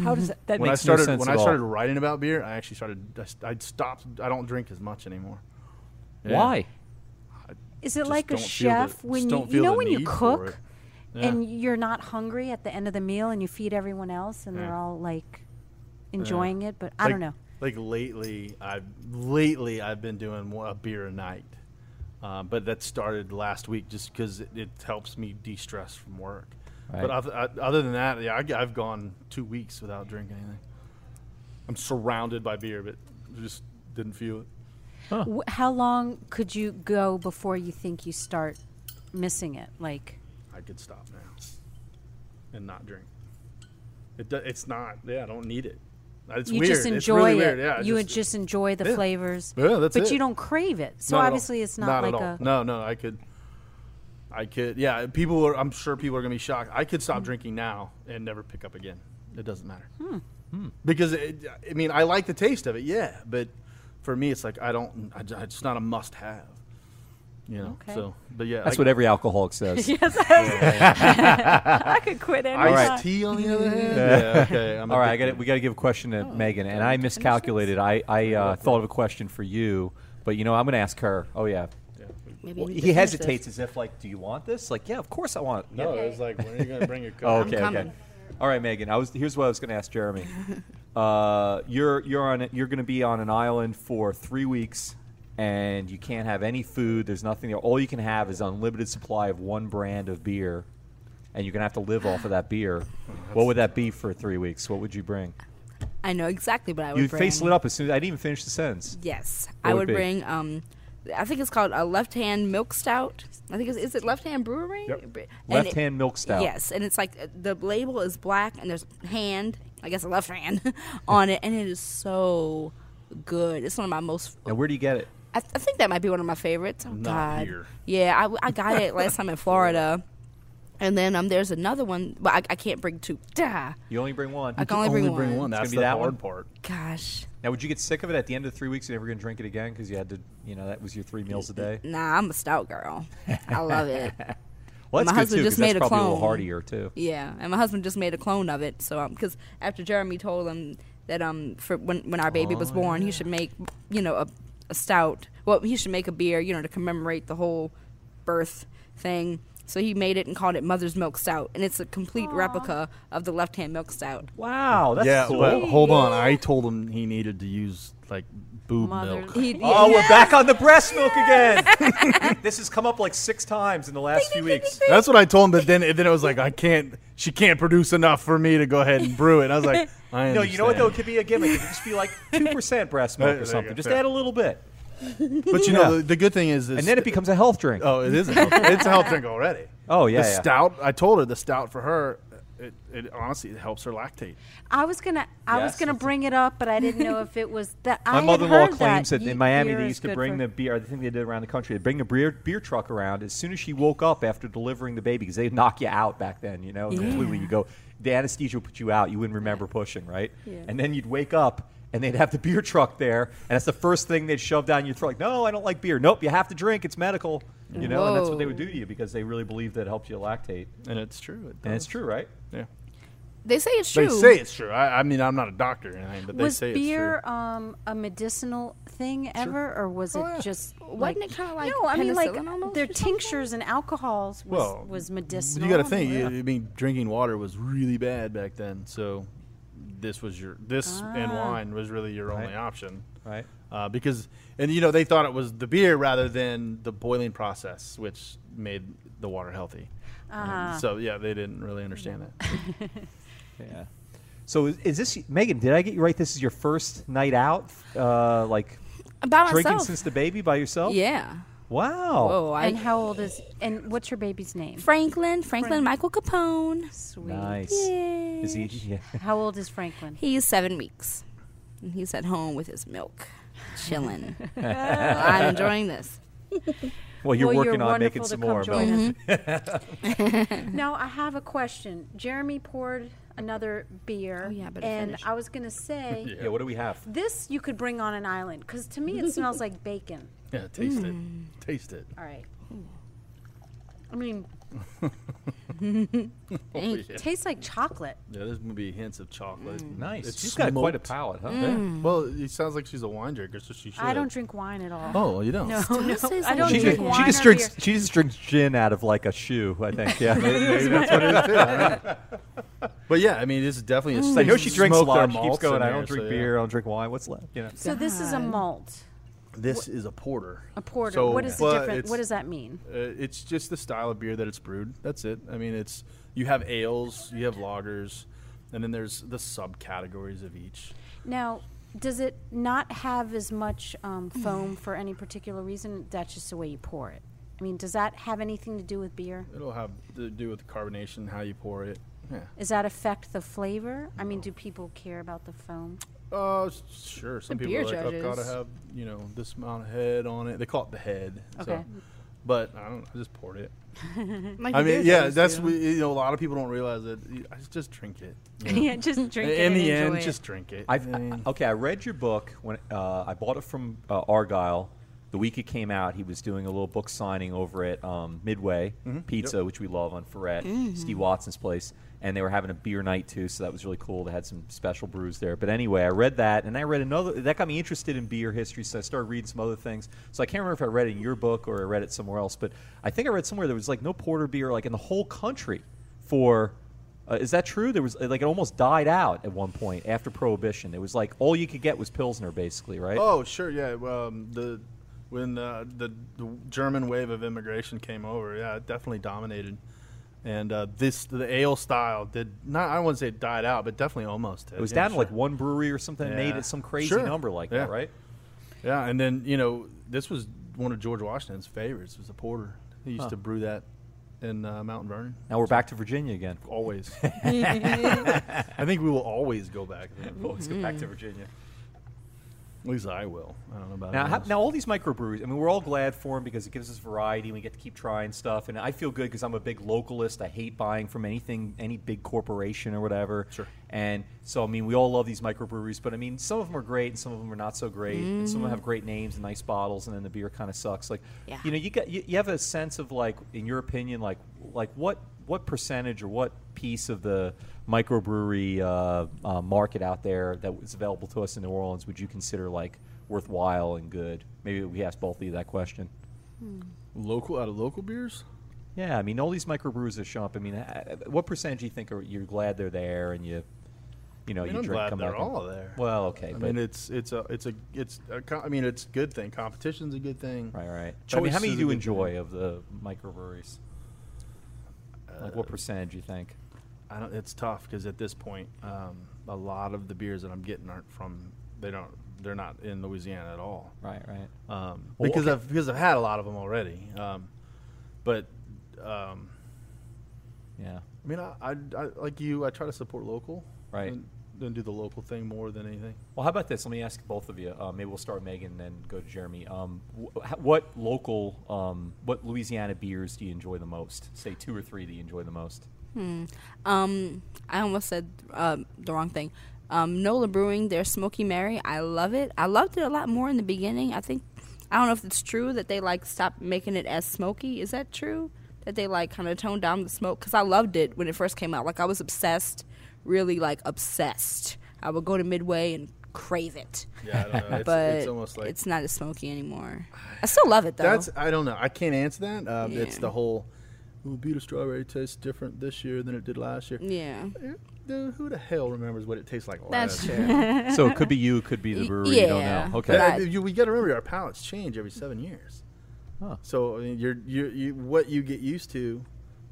A: How does that? That
C: when I
A: makes
C: started
A: no sense
C: when
A: at
C: I
A: all.
C: started writing about beer, I actually started. I s- I stopped. I don't drink as much anymore. Yeah.
A: Why?
B: Is it
C: Just
B: like a
C: don't feel the-
B: chef
C: just
B: when
C: don't
B: you, you
C: feel
B: know
C: the
B: when you
C: need for
B: cook
C: it.
B: and you're not hungry at the end of the meal and you feed everyone else and they're
C: Yeah.
B: all like enjoying it, but I
C: Like-
B: don't know.
C: Like lately, I lately I've been doing one- a beer a night, um, but that started last week just because it, it helps me de-stress from work.
A: Right.
C: But oth- I, other than that, yeah, I, have gone two weeks without drinking anything. I'm surrounded by beer, but I just didn't feel it.
B: Wh- how long could you go before you think you start missing it? Like
C: I could stop now and not drink. It do, it's not. Yeah, I don't need it. It's
B: you
C: weird.
B: just
C: it's
B: enjoy
C: really
B: it.
C: Weird. Yeah,
B: you
C: just,
B: would just enjoy the
C: Yeah.
B: flavors.
C: Yeah, that's
B: but
C: it.
B: you don't crave it. So
C: Not at all.
B: obviously it's not,
C: at
B: like
C: all.
B: a
C: no, no. I could, I could. Yeah, people are. I'm sure people are gonna be shocked. I could
B: Hmm.
C: stop drinking now and never pick up again. It doesn't matter.
A: Hmm.
C: Because it, I mean, I like the taste of it. Yeah, but for me, it's like I don't. I, ju- it's not a must-have. You know.
B: Okay.
C: So, but yeah,
A: That's
C: I,
A: what every alcoholic says.
B: I could quit
C: Iced
A: right.
C: tea on the other hand. yeah. Okay. I'm
A: All right, I got
C: addicted.
A: we got to give a question to Megan, and I miscalculated. I I uh, thought of a question for you, but you know I'm going to ask her. Oh yeah,
E: Maybe
A: Well,
E: you
A: he
E: dismiss
A: hesitates as if like, do you want this? Like, yeah, of course I want. it.
C: No, it was like, when are you gonna bring your cup?
A: Oh, okay, okay.
E: coming.
A: All right, Megan. I was here's what I was going to ask Jeremy. uh, you're you're on you're going to be on an island for three weeks, and you can't have any food. There's nothing there. All you can have is unlimited supply of one brand of beer, and you're going to have to live off of that beer. What would that be for three weeks? What would you bring?
E: it. I know exactly what I would
A: You
E: bring.
A: face lit up as soon. I didn't even finish the sentence.
E: Yes,
A: What
E: I
A: would
E: would
A: be?
E: bring. Um, I think it's called a left hand milk stout. I think it's, is it left hand brewery?
C: Yep.
E: Bre- and
A: Left
E: it-
A: hand milk stout.
E: Yes, and it's like uh, the label is black and there's hand, I guess a left hand, on it, and it is so good. It's one of my most.
A: And where do you get it?
E: I, th- I think that might be one of my favorites. Oh
C: Not
E: God!
C: here.
E: Yeah, I, w- I got it last time in Florida, and then um, there's another one, but I, I can't bring two. Duh.
A: You only bring one.
E: I can only bring one.
C: That's
A: be
C: the
A: that
C: hard
A: one?
C: part.
E: Gosh.
A: Now, would you get sick of it at the end of three weeks? You're never going to drink it again because you had to, you know, that was your three meals a day.
E: Nah, I'm a stout girl. I love it.
A: Well, that's good
E: My
A: too
E: husband just
A: 'cause that's
E: made a
A: probably a little
E: clone.
A: hardier too.
E: Yeah, and my husband just made a clone of it. So, because after Jeremy told him that um for when when our baby
A: Oh,
E: was born, he should make you know a, a stout. Well, he should make a beer, you know, to commemorate the whole birth thing. So he made it and called it Mother's Milk Stout, and it's a complete replica of the Left Hand Milk Stout.
A: Wow, that's
C: yeah,
A: cool.
C: but hold on. I told him he needed to use like boob
B: Mother-
C: milk.
E: He,
A: Oh, we're back on the breast milk again. this has come up like six times in the last few weeks.
C: That's what I told him, but then then it was like I can't. She can't produce enough for me to go ahead and brew it. And I was like, I
A: No, you know what though? It
C: understand.
A: could be a gimmick. It could just be like two percent breast
C: There
A: milk
C: you go.
A: or something. Just
C: Yeah.
A: add a little bit,
C: But you know
A: Yeah.
C: the, the good thing is, is
A: and then it becomes a health drink.
C: oh, it is. A health, it's a health drink already.
A: Oh, yeah,
C: The
A: yeah.
C: stout. I told her the stout for her. It, it honestly it helps her lactate.
B: I was gonna, I was
A: Yes,
B: gonna
A: it's a-
B: bring it up, but I didn't know if it was that. I
A: My
B: had
A: mother-in-law
B: heard
A: claims that,
B: ye-
A: in Miami
B: beer
A: they
B: is
A: used to
B: good
A: bring
B: for-
A: the beer. I think they did around the country. They bring the beer, beer truck around as soon as she woke up after delivering the baby because they knock you out back then. You know, completely. You go, the anesthesia would put you out. You wouldn't remember pushing, right?
E: Yeah.
A: And then you'd wake up. And they'd have the beer truck there, and that's the first thing they'd shove down your throat. Like, no, I don't like beer. Nope, you have to drink. It's medical, you know. And that's what they would do
E: Whoa.
A: to you because they really believed that it helped you lactate.
C: And it's true. It
A: And it's
C: does.
A: true, right?
C: Yeah.
E: They say it's
C: They
E: true.
C: say it's true. I, I mean, I'm not a doctor or anything, but they
B: was
C: say
B: beer um, a medicinal thing ever, or was it
C: yeah.
B: just?
E: Oh, Wasn't it kinda like
B: no? I mean, like
E: penicillin almost
B: their
E: or something?
B: tinctures and alcohols was,
C: Well,
B: was
C: it's
B: medicinal.
C: true. You got to think.
B: Yeah.
C: I I mean, drinking water was really bad back then, so this was your this and
B: Ah.
C: wine was really your only
A: Right.
C: option.
A: Right.
C: uh, because and you know they thought it was the beer rather than the boiling process, which made the water healthy. And
B: Ah.
C: so yeah, they didn't really understand that.
A: Yeah. So is, is this Megan? Did I get you right? This is your first night out, uh, like
E: By
A: drinking
E: myself.
A: since the baby by yourself.
E: yeah.
A: Wow.
E: Whoa. I,
B: and how old is? And what's your baby's name?
E: Franklin, Franklin Michael Capone.
B: Sweet.
A: Nice. Is he? Yeah.
B: How old is Franklin?
E: He's seven weeks. And he's at home with his milk, chilling. Oh, I'm enjoying this.
A: Well, you're
B: Well,
A: working on
B: wonderful
A: making
B: to
A: some
B: come
A: more. Bill.
B: join us. now I have a question. Jeremy poured another beer,
E: Oh, yeah, I better
B: and
E: finish.
B: I was gonna say.
A: Yeah. What do we have?
B: This you could bring on an island because to me it smells like bacon.
C: Yeah, taste
B: Mm.
C: it, taste it.
B: All right. I mean,
C: Oh, yeah. yeah,
B: tastes like chocolate.
C: there's gonna be hints of chocolate.
A: Mm. Nice.
C: It's
A: She's got quite a
C: smoked.
A: palate, huh?
C: Yeah.
B: Mm.
C: Well, it sounds like she's a wine drinker, so she should.
B: I don't drink wine at all.
C: Oh, you don't.
B: No, no,
E: tastes
B: I
E: like
B: don't
A: She,
E: She-
B: drink
E: she
B: wine
A: she just
B: or
A: drinks.
B: beer.
A: She just drinks gin out of like a shoe, I think. Yeah.
C: Maybe that's what it is. Too. I don't know. But yeah, I mean, it's definitely.
A: I know she drinks a lot. She keeps going. I don't drink beer. I don't drink wine. What's left? You know.
B: So this is a
E: God.
B: malt,
C: This is a porter.
B: a porter.
C: So-
B: what is the
C: Well,
B: difference?
C: it's-
B: What does that mean?
C: Uh, it's just the style of beer that it's brewed. That's it. I mean, it's you have ales, you have lagers, and then there's the subcategories of each.
B: Now, does it not have as much um, foam for any particular reason? That's just the way you pour it. I mean, does that have anything to do with beer?
C: It'll have to do with the carbonation, how you pour it. Yeah.
B: Does that affect the flavor? I mean, do people care about the foam?
C: Uh, s- sure. Some
E: The
C: people are like,
E: beer
C: I've got to
E: judges.
C: have you know this amount of head on it. They call it the head.
B: Okay.
C: So. But I don't. know. I just poured it.
E: Like
C: I
E: the
C: mean,
E: beer
C: yeah,
E: judges
C: that's
E: do.
C: we, you know a lot of people don't realize that. You- I just- just drink it. you know.
B: yeah, just drink it
C: In
B: and
C: the
B: enjoy
C: end,
B: it.
C: just drink it.
A: I've,
C: I mean,
A: I- okay, I read your book when uh, I bought it from uh, Argyle. The week it came out, he was doing a little book signing over at um, Midway Pizza, which we love on Ferret, Steve Watson's place, and they were having a beer night too, so that was really cool. They had some special brews there. But anyway, I read that, and I read another that got me interested in beer history, so I started reading some other things. So I can't remember if I read it in your book or I read it somewhere else, but I think I read somewhere there was like no porter beer like in the whole country for uh, is that true? There was uh, like it almost died out at one point after Prohibition. It was like all you could get was Pilsner, basically, right?
C: Oh, sure, yeah. Um, the when uh, the, the German wave of immigration came over, yeah, it definitely dominated. And uh, this the ale style did not. I wouldn't say it died out, but definitely almost. Did.
A: it was
C: yeah,
A: down to
C: sure.
A: like one brewery or something. and Made
C: Yeah.
A: it some crazy
C: Sure.
A: number like
C: Yeah.
A: that, right?
C: Yeah, and then you know this was one of George Washington's favorites. Was the porter. He used
A: Huh.
C: to brew that in uh, Mount Vernon.
A: Now we're back to Virginia again.
C: Always. I think we will always go back. there.
A: Let's get back to Virginia.
C: At least I will. I don't know about
A: Now,
C: everyone
A: how,
C: else.
A: now all these microbreweries. I mean, we're all glad for them because it gives us variety. and We get to keep trying stuff, and I feel good because I'm a big localist. I hate buying from anything, any big corporation or whatever.
C: Sure.
A: And so, I mean, we all love these microbreweries, but I mean, some of them are great, and some of them are not so great, and some of them have great names and nice bottles, and then the beer kind of sucks. Like,
E: Yeah.
A: you know, you got you, you have a sense of like, in your opinion, like like what what percentage or what piece of the microbrewery uh, uh, market out there that is available to us in New Orleans would you consider like worthwhile and good? Maybe we asked both of you that question.
C: local out of local beers.
A: Yeah, I mean, all these microbrews that show up. I mean, uh, what percentage do you think are you're glad they're there and you, you know,
C: I
A: Oh,
C: mean,
A: you
C: I'm
A: drink
C: glad
A: come
C: they're
A: back and-
C: all there.
A: Well, okay,
C: I
A: but
C: mean, it's it's a it's a it's a co- I mean, it's a good thing. Competition's a good thing.
A: right, right. But I mean, how
C: Choice
A: many
C: is
A: do you
C: a good thing.
A: enjoy of the microbreweries? Like,
C: Uh,
A: what percentage you think?
C: I don't, it's tough because at this point, um, a lot of the beers that I'm getting aren't from. They don't. They're not in Louisiana at all.
A: Right, right.
C: Um,
A: Well,
C: because
A: okay.
C: I've because I've had a lot of them already. Um, but um,
A: Yeah.
C: I mean, I, I, I like you. I try to support local.
A: Right.
C: And, and do the local thing more than anything.
A: Well, how about this? Let me ask both of you. Uh, maybe we'll start with Megan, and then go to Jeremy. Um, wh- h- what local, um, what Louisiana beers do you enjoy the most? Say two or three that you enjoy the most.
E: Um, I almost said um the wrong thing. Um, Nola Brewing, their Smoky Mary, I love it. I loved it a lot more in the beginning. I think I don't know if it's true that they like stopped making it as smoky. Is that true? That they like kind of toned down the smoke? Because I loved it when it first came out. Like I was obsessed, really like obsessed. I would go to Midway and crave it,
C: Yeah, I don't know. It's,
E: but
C: it's almost like
E: it's not as smoky anymore. I still love it though.
C: That's I don't know. I can't answer that. Um, It's
E: Yeah.
C: the whole. Ooh, Buda strawberry tastes different this year than it did last year.
E: yeah.
C: Eh, Dude, who the hell remembers what it tastes like last
E: That's
C: year?
E: true.
A: so it could be you, it could be the
E: Y-
A: brewery. You
E: yeah.
A: don't know.
C: But
A: Okay.
E: Right.
C: I, you, we got to remember our palates change every seven years.
A: Huh.
C: So I mean, you're, you're, you what you get used to,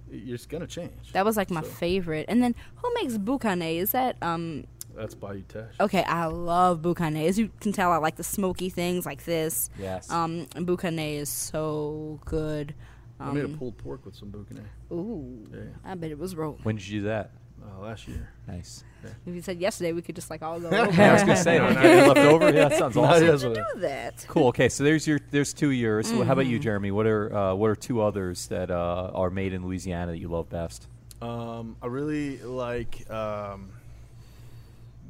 C: you're just gonna change.
E: That was like my
C: So,
E: favorite. And then who makes Bukane? Is that um
C: That's Bayou Tesh.
E: okay, I love Bukane. As you can tell I like the smoky things like this.
A: Yes.
E: Um and Bukane is so good.
C: I made a
E: Um,
C: pulled pork with some Bucanay.
E: ooh.
C: Yeah.
E: I bet it was rolling.
A: when did you do that?
C: Uh, last year.
A: Nice.
E: If you said yesterday we could just like all go over
A: Yeah, I was gonna say, like, left over. Yeah, that sounds awesome.
E: to do that.
A: Cool. Okay, so there's your there's two of yours. So How about
E: Mm-hmm.
A: you, Jeremy? What are uh, what are two others that uh, are made in Louisiana that you love best?
C: Um, I really like. Um,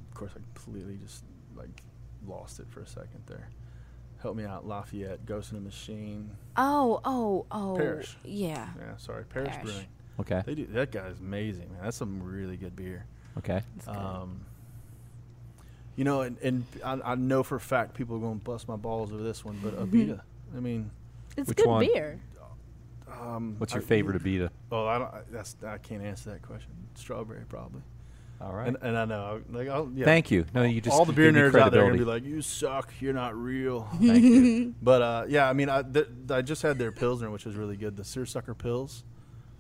C: of course, I completely just like lost it for a second there. Help me out, Lafayette, Ghost in the Machine.
E: Oh, oh, oh.
C: Parrish.
E: Yeah.
C: Yeah, sorry, Parish
E: Parrish.
C: Brewing.
A: Okay.
C: They do that guy's amazing, man. That's some really good beer.
A: Okay.
C: Um, you know, and, and I, I know for a fact people are going to bust my balls over this one, but Abita. I mean,
E: It's
A: Which
E: good
A: one?
E: beer.
C: um,
A: What's your
C: I-
A: favorite Abita?
C: Oh, I don't. I- That's I can't answer that question. Strawberry probably.
A: All right.
C: And, and I know, I- like, I'll,
A: uh,
C: yeah.
A: Thank you. No, you just
C: all the
A: you
C: beer
A: gave me
C: nerds out there are
A: credibility.
C: gonna be like, "You suck. You're not real."
A: Thank you.
C: but uh, yeah, I mean, I, th- I just had their pilsner, which was really good. The seersucker pills.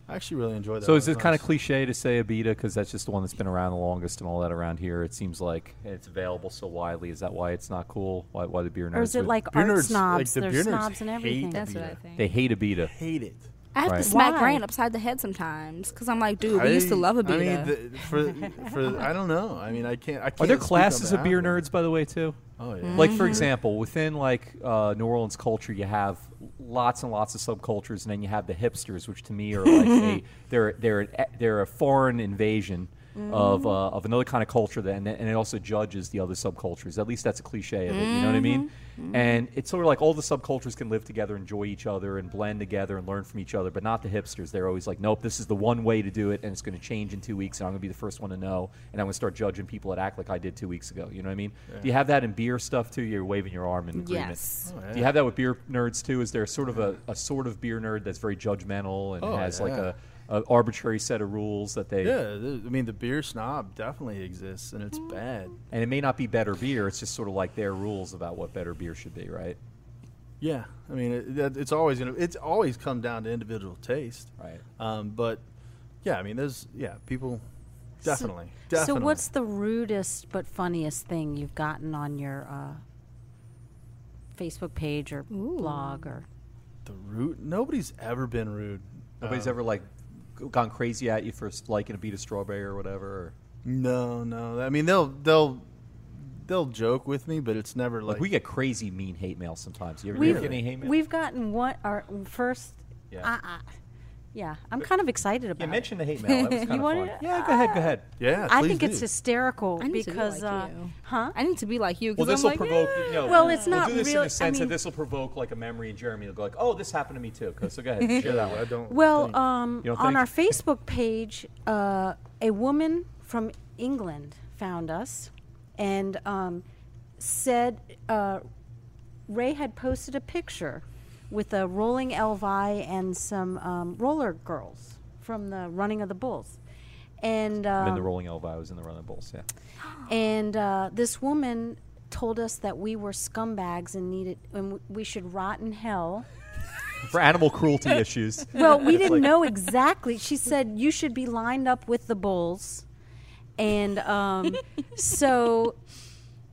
C: I actually really enjoyed that.
A: So
C: That
A: is
C: was
A: it kind of
C: nice.
A: cliche to say Abita because that's just the one that's been around the longest and all that around here? It seems like it's available so widely. Is that why it's not cool? Why, why the beer nerds?
B: Or is it
A: would-
B: like
C: Beer
B: art
C: nerds- like,
B: snobs?
C: the beer
B: They're
C: nerds
B: snobs and
C: hate
B: everything.
C: that.
E: That's what I think.
A: they hate Abita?
C: hate it?
E: I have
A: Right.
E: to smack
B: Why?
E: Grant upside the head sometimes because I'm like, dude, we used to love a
C: I
E: beer.
C: mean, the, for for I don't know. I mean, I can't. I can't
A: Are there
C: speak on
A: classes of
C: behalf
A: beer
C: them.
A: nerds, by the way, too?
C: Oh yeah.
A: Like
B: Mm-hmm.
A: for example, within like uh, New Orleans culture, you have lots and lots of subcultures, and then you have the hipsters, which to me are like a they're they're an, e- they're a foreign invasion
B: Mm.
A: of uh, of another kind of culture, that, and, and it also judges the other subcultures. At least that's a cliche of it. You know
B: Mm.
A: what I mean? And it's sort of like all the subcultures can live together, enjoy each other, and blend together and learn from each other, but not the hipsters. They're always like, nope, this is the one way to do it, and it's going to change in two weeks, and I'm going to be the first one to know, and I'm going to start judging people that act like I did two weeks ago. You know what I mean? Do you have that in beer stuff too? You're waving your arm in agreement.
E: Yes.
C: Oh,
A: Do
C: yeah.
A: you have that with beer nerds too? Is there sort of a, a sort of beer nerd that's very judgmental and
C: Oh,
A: has like
C: yeah.
A: a, a arbitrary set of rules that they
C: Yeah, th- I mean the beer snob definitely exists, and it's bad.
A: and it may not be better beer. It's just sort of like their rules about what better beer should be, right?
C: Yeah, I mean it, that- it's always gonna it's always come down to individual taste.
A: Right.
C: Um, but yeah, I mean there's yeah people
B: So-
C: definitely definitely.
B: So, what's the rudest but funniest thing you've gotten on your uh, Facebook page or blog or?
C: the root? Nobody's ever been rude.
A: Nobody's
C: Um,
A: ever like g- gone crazy at you for s- liking a beat of strawberry or whatever. Or,
C: No, no. I mean they'll they'll they'll joke with me, but it's never like,
A: Like we get crazy mean hate mail sometimes. You ever
B: We've-
A: get any hate mail?
B: We've gotten one our first.
A: Yeah.
B: Uh, uh, yeah, I'm kind of excited about.
A: yeah,
B: it.
A: mention the hate mail. That was
B: You
A: kind of
B: wanted
A: fun.
B: it?
A: Yeah, go ahead, go ahead.
C: yeah.
B: I
C: please
B: think it's
C: do.
B: hysterical
E: I need to be
B: because,
E: like
B: uh,
E: you.
B: huh?
E: I need to be like you
A: Well,
E: because
A: this
E: I'm
A: will
E: like,
A: provoke.
E: "Yeah."
A: You know,
B: Well, it's
A: We'll
B: not
A: do this in
B: really- I
A: a sense
B: mean-
A: that this will provoke like a memory in Jeremy. He'll go like, "Oh, this happened to me too." 'Cause- So go ahead, share that
C: Yeah,
A: one.
C: I don't.
B: Well,
C: think-
B: um,
A: You don't
B: on
A: think?
B: our Facebook page, uh, a woman from England found us and um, said uh, Ray had posted a picture with a rolling Elvi and some um, roller girls from the running of the bulls. And
A: I'm in
B: um,
A: the rolling elbow. I was in the running bulls. Yeah.
B: and uh, this woman told us that we were scumbags and needed and w- we should rot in hell.
A: For animal cruelty issues.
B: Well, we didn't know exactly. She said you should be lined up with the bulls, and um, so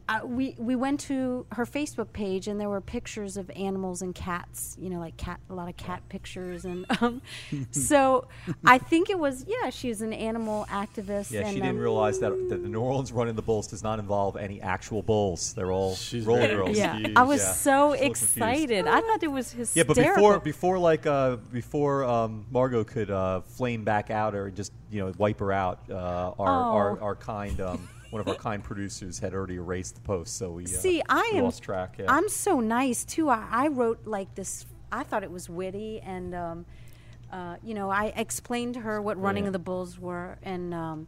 B: uh, we we went to her Facebook page, and there were pictures of animals and cats. You know, like cat, a lot of cat pictures, and um, so I think it was yeah, she was an animal activist.
A: Yeah,
B: and,
A: she
B: um,
A: didn't realize that, that the New Orleans running the bulls does not involve any actual bulls. They're all roller
C: very
A: girls.
B: Yeah, I
C: confused,
B: was
A: yeah.
B: so
A: She's a little confused.
B: excited. I thought it was
A: Yeah,
B: hysterical.
A: but before before like uh, before um, Margot could uh, flame back out or just you know wipe her out, uh, our,
B: Oh.
A: our our kind um, one of our kind producers had already erased the post, so we uh,
B: See, I
A: we
B: am.
A: lost track. Yeah.
B: I'm so nice too. I, I wrote like this. I thought it was witty, and um, uh, you know, I explained to her what running
A: brilliant.
B: of the bulls were, and um,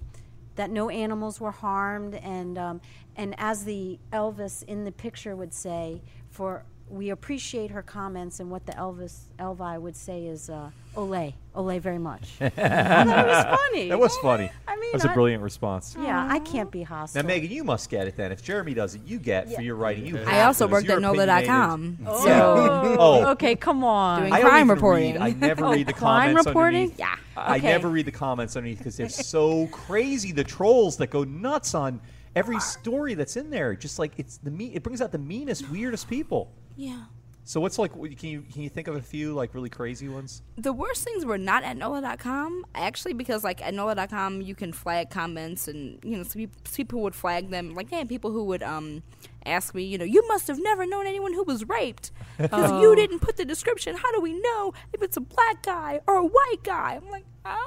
B: that no animals were harmed, and um, and as the Elvis in the picture would say, for we appreciate her comments, and what the Elvis Elvi would say is, uh, "Ole, ole, very much." I thought it was funny.
A: that was funny.
B: I mean,
A: that was a
B: I-
A: brilliant response.
B: Yeah, I can't be
A: Now,
B: hostile.
A: Megan, you must get it then. If Jeremy doesn't, you get for your writing. You
E: I
A: have
E: also
A: those.
E: worked at
A: You're
E: NOLA.com.
A: opinionated.
E: So
A: Yeah. Oh.
B: okay, come on.
E: Doing
A: I don't
E: Crime
A: even
E: reporting.
A: read- I never
B: Oh,
A: read the
B: crime
A: comments
B: reporting?
A: underneath.
E: Yeah.
A: I
B: Okay.
A: never read the comments underneath because they're so crazy. The trolls that go nuts on every story that's in there. Just like it's the me- it brings out the meanest, weirdest people.
E: yeah.
A: So what's like? what- Can you can you think of a few like really crazy ones?
E: the worst things were not at NOLA.com, actually, because, like, at NOLA.com, you can flag comments, and, you know, some peop- some people would flag them. Like, they had people who would um, ask me, you know, you must have never known anyone who was raped because you didn't put the description. How do we know if it's a black guy or a white guy? I'm like,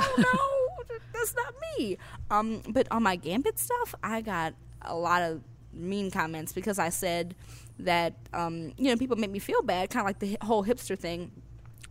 E: oh, no, that's not me. Um, but on my Gambit stuff, I got a lot of mean comments because I said that, um, you know, people make me feel bad, kind of like the hi- whole hipster thing.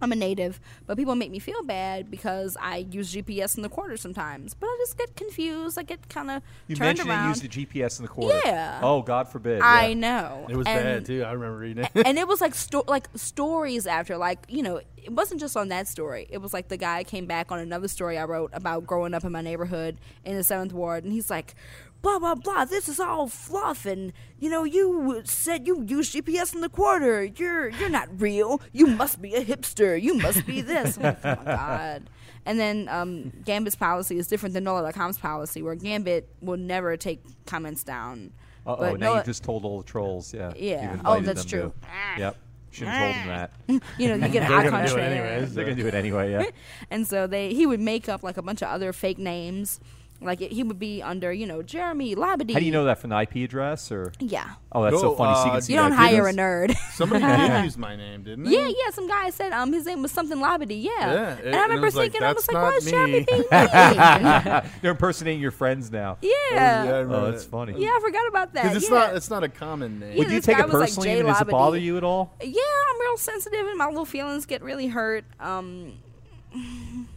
E: I'm a native, but people make me feel bad because I use GPS in the quarter sometimes. But I just get confused. I get kind of
A: You
E: turned
A: mentioned
E: around.
A: you used the GPS in the quarter.
E: Yeah.
A: Oh God forbid.
E: I
A: yeah.
E: know.
C: it was
E: And-
C: bad too. I remember reading it.
E: and it was like sto- like stories after like you know it wasn't just on that story it was like the guy came back on another story i wrote about growing up in my neighborhood in the seventh ward and he's like blah blah blah this is all fluff and you know you said you use gps in the quarter you're you're not real you must be a hipster you must be this I'm like, oh my god and then um, gambit's policy is different than nola.com's policy where gambit will never take comments down
A: Uh oh.
E: But
A: Now
E: Nola-
A: you just told all the trolls. Yeah.
E: Yeah.
A: You've
E: Oh,
A: invited
E: that's
A: them
E: true.
A: To, yep. Should have told them that.
E: you know you get
C: They're
E: eye
C: gonna do it
E: contact
C: anyways.
A: They're gonna do it anyway. Yeah.
E: and so they he would make up like a bunch of other fake names like it, he would be under you know jeremy labadee
A: How do you know that from the IP address or?
E: yeah
A: Oh, that's so
C: No,
A: funny. so you
C: uh,
A: can see
E: you
A: the
E: don't
A: IP
E: hire a
A: address.
E: nerd
C: Somebody did use my name, didn't they?
E: yeah yeah some guy said um his name was something labadee yeah,
C: Yeah, it-
E: and
C: and it
E: i remember
C: was like,
E: thinking i was
C: "That's
E: like why
C: not
E: is jeremy
C: me." Oh,
E: being mean yeah
A: They're impersonating your friends now.
E: yeah
A: Oh, that's funny.
E: i forgot about that
C: Because it's
E: yeah.
C: not it's not a common name.
E: Yeah.
A: Would you
E: this
A: take
E: guy
A: it
E: was like
A: personally?
E: Jay
A: I mean, does it bother
E: Labadee.
A: you at all?
E: yeah i'm real sensitive and my little feelings get really hurt um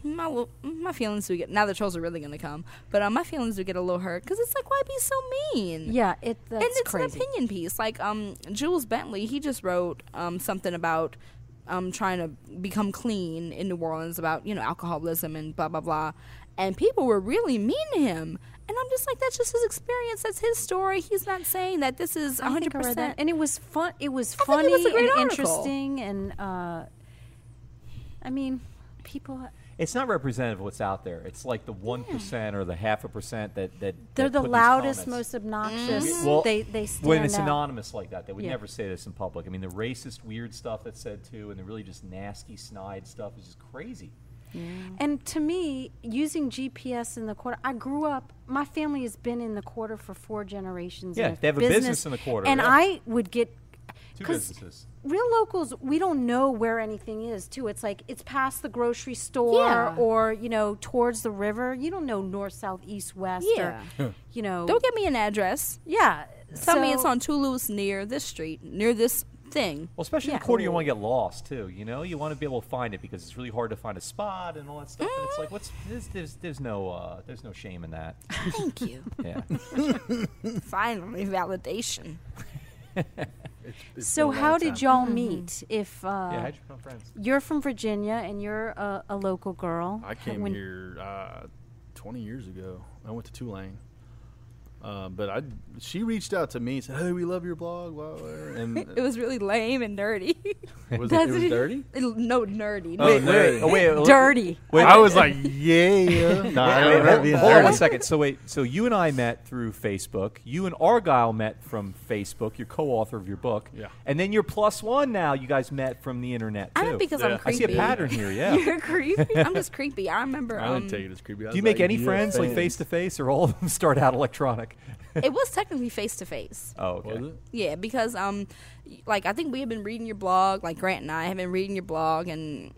E: my little, my feelings do get now the trolls are really gonna come but um, my feelings do get a little hurt because it's like why be so mean
B: Yeah, it that's
E: and it's
B: crazy.
E: an opinion piece. Like um, Jules Bentley, he just wrote um, something about um, trying to become clean in New Orleans about you know alcoholism and blah blah blah, and people were really mean to him. And I'm just like, that's just his experience. That's his story. He's not saying that this is 100. percent
B: and it was fun. It was
E: think
B: funny
E: it was a
B: and
E: great article.
B: interesting, and uh, I mean, people.
A: It's not representative of what's out there. It's like the one percent or the half a percent that that
B: They're
A: that
B: the
A: put these
B: loudest,
A: comments.
B: most
E: Mm-hmm.
B: obnoxious.
A: Well,
B: they they stand
A: when it's
B: out.
A: anonymous like that, they would
B: Yeah.
A: never say this in public. I mean, the racist, weird stuff that's said too, and the really just nasty, snide stuff is just crazy.
B: And to me, using GPS in the quarter, I grew up. My family has been in the quarter for four generations.
A: Yeah,
B: and
A: they have a business in the quarter,
B: And
A: yeah.
B: I would get
D: Two
B: 'cause
D: businesses.
B: Real locals, we don't know where anything is. Too, it's like it's past the grocery store
E: Yeah.
B: or you know towards the river. You don't know north, south, east, west.
E: Yeah.
B: or you know.
E: Don't give me an address.
B: yeah.
E: Tell me it's
B: so-
E: on Toulouse near this street, near this thing.
A: Well, especially in
B: Yeah.
A: the quarter, you want to get lost too. You know, you want to be able to find it because it's really hard to find a spot and all that stuff. And it's like, what's there's, there's, there's no uh, there's no shame in that.
E: Thank you.
A: Yeah.
E: Finally, validation.
B: So how did y'all meet? If uh,
A: yeah. How'd you become friends?
B: you're from Virginia and you're a, a local girl,
C: I came
B: When-
C: here uh, 20 years ago. I went to Tulane. Uh, but I, she reached out to me and said, "Hey, we love your blog." Blah, blah, blah. And
E: It was really lame and nerdy.
C: was, it, it was
B: Doesn't-
C: dirty.
E: no, nerdy.
C: Oh,
A: wait,
C: nerdy.
A: wait, oh, wait, wait,
B: dirty.
A: wait,
C: I was like, "Yeah." nah, I
A: Wait,
C: don't
A: hold,
C: have these
A: hold on one
C: dirty.
A: second. So wait, so you and I met through Facebook. You and Argyle met from Facebook. You're co-author of your book.
C: Yeah.
A: And then you're plus one now. You guys met from the internet too.
E: I don't because
C: Yeah.
E: I'm
A: I see
E: creepy.
A: a pattern here. Yeah. Do
E: You're creepy. I'm just creepy. I remember.
C: I
E: um,
C: didn't take it as creepy. I was
A: you make
C: like,
A: any
C: "Yeah,
A: friends like
C: thanks."
A: face to face, or all of them start out electronic?
E: it was technically face to face.
A: Oh, okay.
C: Was it?
E: Yeah, because um, y- like I think we had been reading your blog. Like Grant and I have been reading your blog, and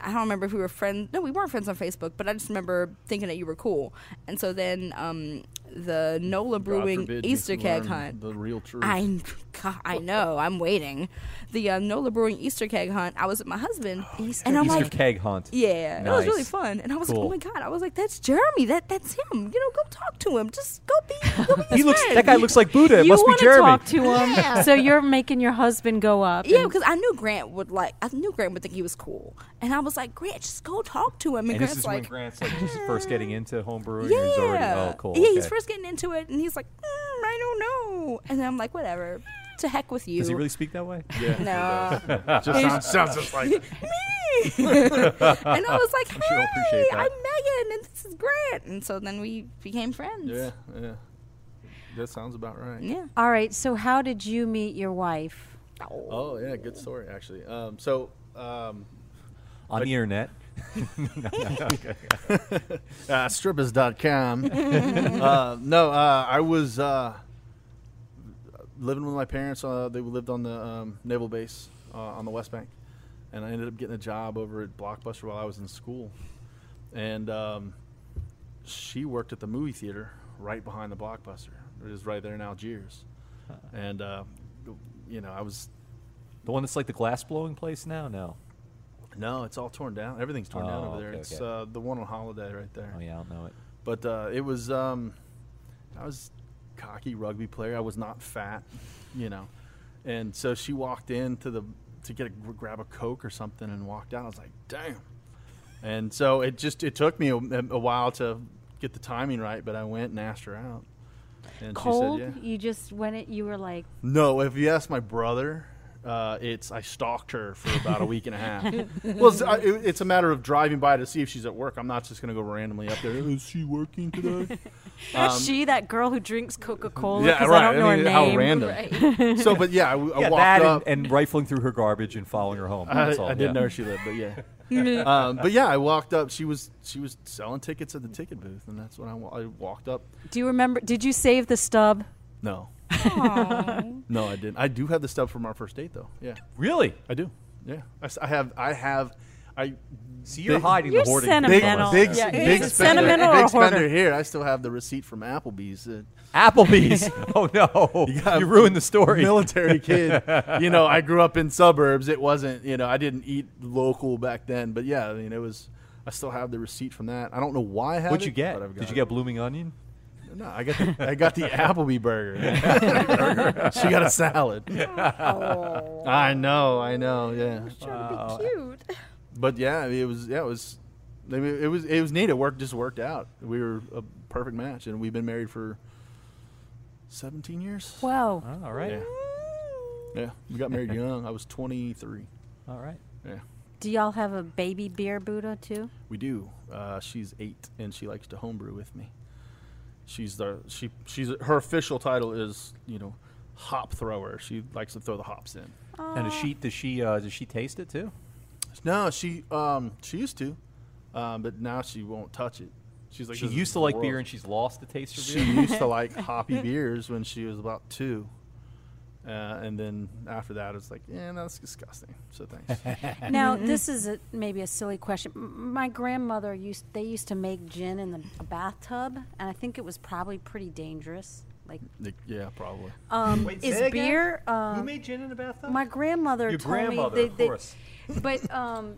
E: I don't remember if we were friends. No, we weren't friends on Facebook, but I just remember thinking that you were cool. And so then um, the Nola
C: God
E: Brewing
C: forbid you
E: Easter keg
C: learn
E: hunt.
C: The real truth.
E: I, God, I know. I'm waiting. The um, Nola Brewing Easter keg hunt. I was with my husband,
C: Oh,
E: and I'm
A: Easter
E: like,
A: keg hunt.
E: yeah, it was really
A: Nice.
E: fun. And I was like,
A: Cool.
E: oh my god, I was like, that's Jeremy. That that's him. You know, go talk to him. Just go be. Go be his
A: He looks.
E: friend.
A: That guy looks like Buddha. It
B: you
A: must be
B: wanna
A: Jeremy.
B: talk to him, so you're making your husband go up.
E: Yeah,
B: and-
E: because I knew Grant would like. I knew Grant would think he was cool, and I was like, Grant, just go talk to him. And,
A: And
E: Grant's
A: this is when
E: like,
A: Grant's like just first getting into homebrewing.
E: yeah,
A: He's already, oh, cool.
E: yeah, he's
A: okay.
E: first getting into it, and he's like, mm, I don't know. And then I'm like, whatever. To heck with you.
A: Does he really speak that way?
C: Yeah.
E: No.
C: Just sounds, sounds just like
E: Me. and I was like, hey,
A: sure he'll appreciate that.
E: I'm Megan, and this is Grant. And so then we became friends.
C: Yeah, yeah. That sounds about right.
E: Yeah.
B: All right. So how did you meet your wife?
C: Oh yeah, good story actually. Um, so um,
A: On the internet.
C: uh, strippers.com. uh, no, uh, I was uh, living with my parents. Uh, they lived on the um, naval base uh, on the West Bank, and I ended up getting a job over at Blockbuster while I was in school. And um, she worked at the movie theater right behind the Blockbuster. It is right there in Algiers, and uh, you know I was
A: The one that's like the glass blowing place now? No.
C: no, it's all torn down. Everything's torn down
A: Oh,
C: over there.
A: okay,
C: it's
A: okay.
C: Uh, the one on holiday right there.
A: Oh, yeah, I don't know it.
C: But uh, it was um, I was cocky rugby player. I was not fat, you know. And so she walked in to the to get a, grab a coke or something and walked out. I was like, damn. And so it just it took me a, a while to get the timing right, but I went and asked her out. And
B: Cold.
C: she said, yeah.
B: You just went. It. You were like,
C: No, if you ask my brother, uh, it's I stalked her for about a week and a half. well, it's, I, it- it's a matter of driving by to see if she's at work. I'm not just going to go randomly up there. Is she working today?
B: she that girl who drinks Coca Cola.
C: Um, Yeah,
B: I
C: right.
B: don't know
C: I mean,
B: her
C: how
B: name.
C: random. so, but yeah, I, w- I
A: Yeah,
C: walked
A: that
C: up.
A: and, and rifling through her garbage and following her home.
C: I,
A: That's all,
C: I didn't
A: yeah.
C: know where she lived, but yeah. um, but yeah, I walked up. She was she was selling tickets at the ticket booth, and that's when I, wa- I walked up.
B: Do you remember? Did you save the stub?
C: No,
E: Aw.
C: no, I didn't. I do have the stuff from our first date, though. Yeah,
A: Really?
C: I do. Yeah, I, s- I have. I have. I
A: So you're
C: Big-
A: hiding
B: You're
A: the hoarding.
C: big
A: from
B: sentimental.
A: us.
C: big
B: Yeah,
C: big
B: it's
C: spender,
B: sentimental or
C: big spender
B: hoarder.
C: here. I still have the receipt from Applebee's. uh, That
A: Applebee's. oh, no. You,
C: got-
A: ruined the story.
C: military kid. you know, I grew up in suburbs. It wasn't, you know, I didn't eat local back then. But yeah, I mean, it was. I still have the receipt from that. I don't know why I have
A: What'd
C: it,
A: you get?
C: but I've
A: Did
C: got
A: you get a blooming onion?
C: it. No, I got the, I got the Applebee burger. she got a salad. I know, I know, yeah.
E: Trying to be cute.
C: But yeah, it was yeah, it was. I mean, it was it was neat. It worked, just worked out. We were a perfect match, and we've been married for seventeen years.
B: Whoa.
A: Oh, all right.
C: Yeah, yeah. We got married young. I was twenty three.
A: All right.
C: Yeah.
B: Do y'all have a baby beer Buddha too?
C: We do. Uh, she's eight, and she likes to homebrew with me. She's the she she's her official title is you know hop thrower. She likes to throw the hops in.
A: And does she, does, she, uh, does she taste it, too?
C: No, she um she used to, Um, but now she won't touch it. She's like
D: She
C: this
D: used to like
C: world-
D: beer and she's lost the taste for
C: she
D: beer.
C: used to like hoppy beers when she was about two. Uh, and then after that, it's like, yeah, no, that's disgusting. So thanks.
B: Now, this is a, maybe a silly question. M- My grandmother used they used to make gin in the a bathtub, and I think it was probably pretty dangerous. Like,
C: Like, yeah, probably.
B: um,
D: Wait,
B: is
D: say again?
B: beer?
D: Who
B: Um,
D: made gin in a bathtub?
B: my grandmother
D: Your
B: told
D: grandmother,
B: me they,
D: of
B: they-
D: course.
B: But um,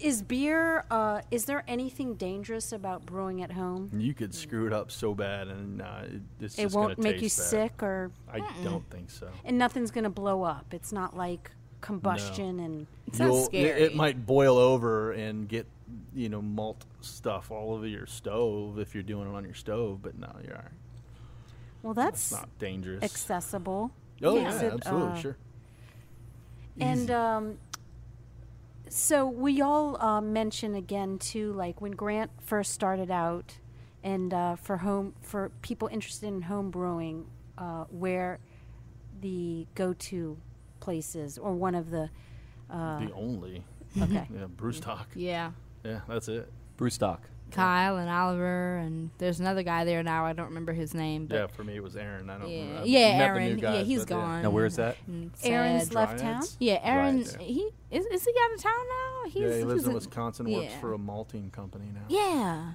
B: is beer? Uh, is there anything dangerous about brewing at home?
C: you could screw it up so bad, and uh, it, it's
B: It
C: just gonna
B: won't make you
C: taste bad.
B: sick, or
C: I don't think so.
B: and nothing's going to blow up. It's not like combustion and
E: It's not
C: You'll-
E: scary.
C: It might boil over and get, you know, malt stuff all over your stove if you're doing it on your stove, but no, you're all right.
B: well,
C: It's
B: that's
C: not dangerous.
B: accessible.
C: oh, yeah,
B: Is it,
C: absolutely,
B: uh,
C: sure.
B: And
E: uh,
B: um, so we all uh, mention again too, like when Grant first started out, and uh, for home for people interested in home brewing, uh, where the go-to places or one of the
C: the only.
B: okay.
C: Yeah, Bruce Talk.
E: yeah.
C: Yeah, that's it.
A: Brew stock.
E: Kyle and Oliver and there's another guy there now. I don't remember his name,
C: Yeah,
E: but
C: for me it was Aaron. I don't.
E: yeah,
C: I've
E: yeah,
C: met the new
E: Aaron. yeah,
C: guys,
E: he's
C: but yeah.
E: gone.
A: Now, where is that?
E: And sad.
B: Aaron's left town.
C: Dryads?
E: Yeah, Aaron.
C: Right.
E: He is. Is he out of town now? He's,
C: yeah, he lives
E: he's
C: in Wisconsin. and Works
E: yeah.
C: for a malting company now.
E: Yeah,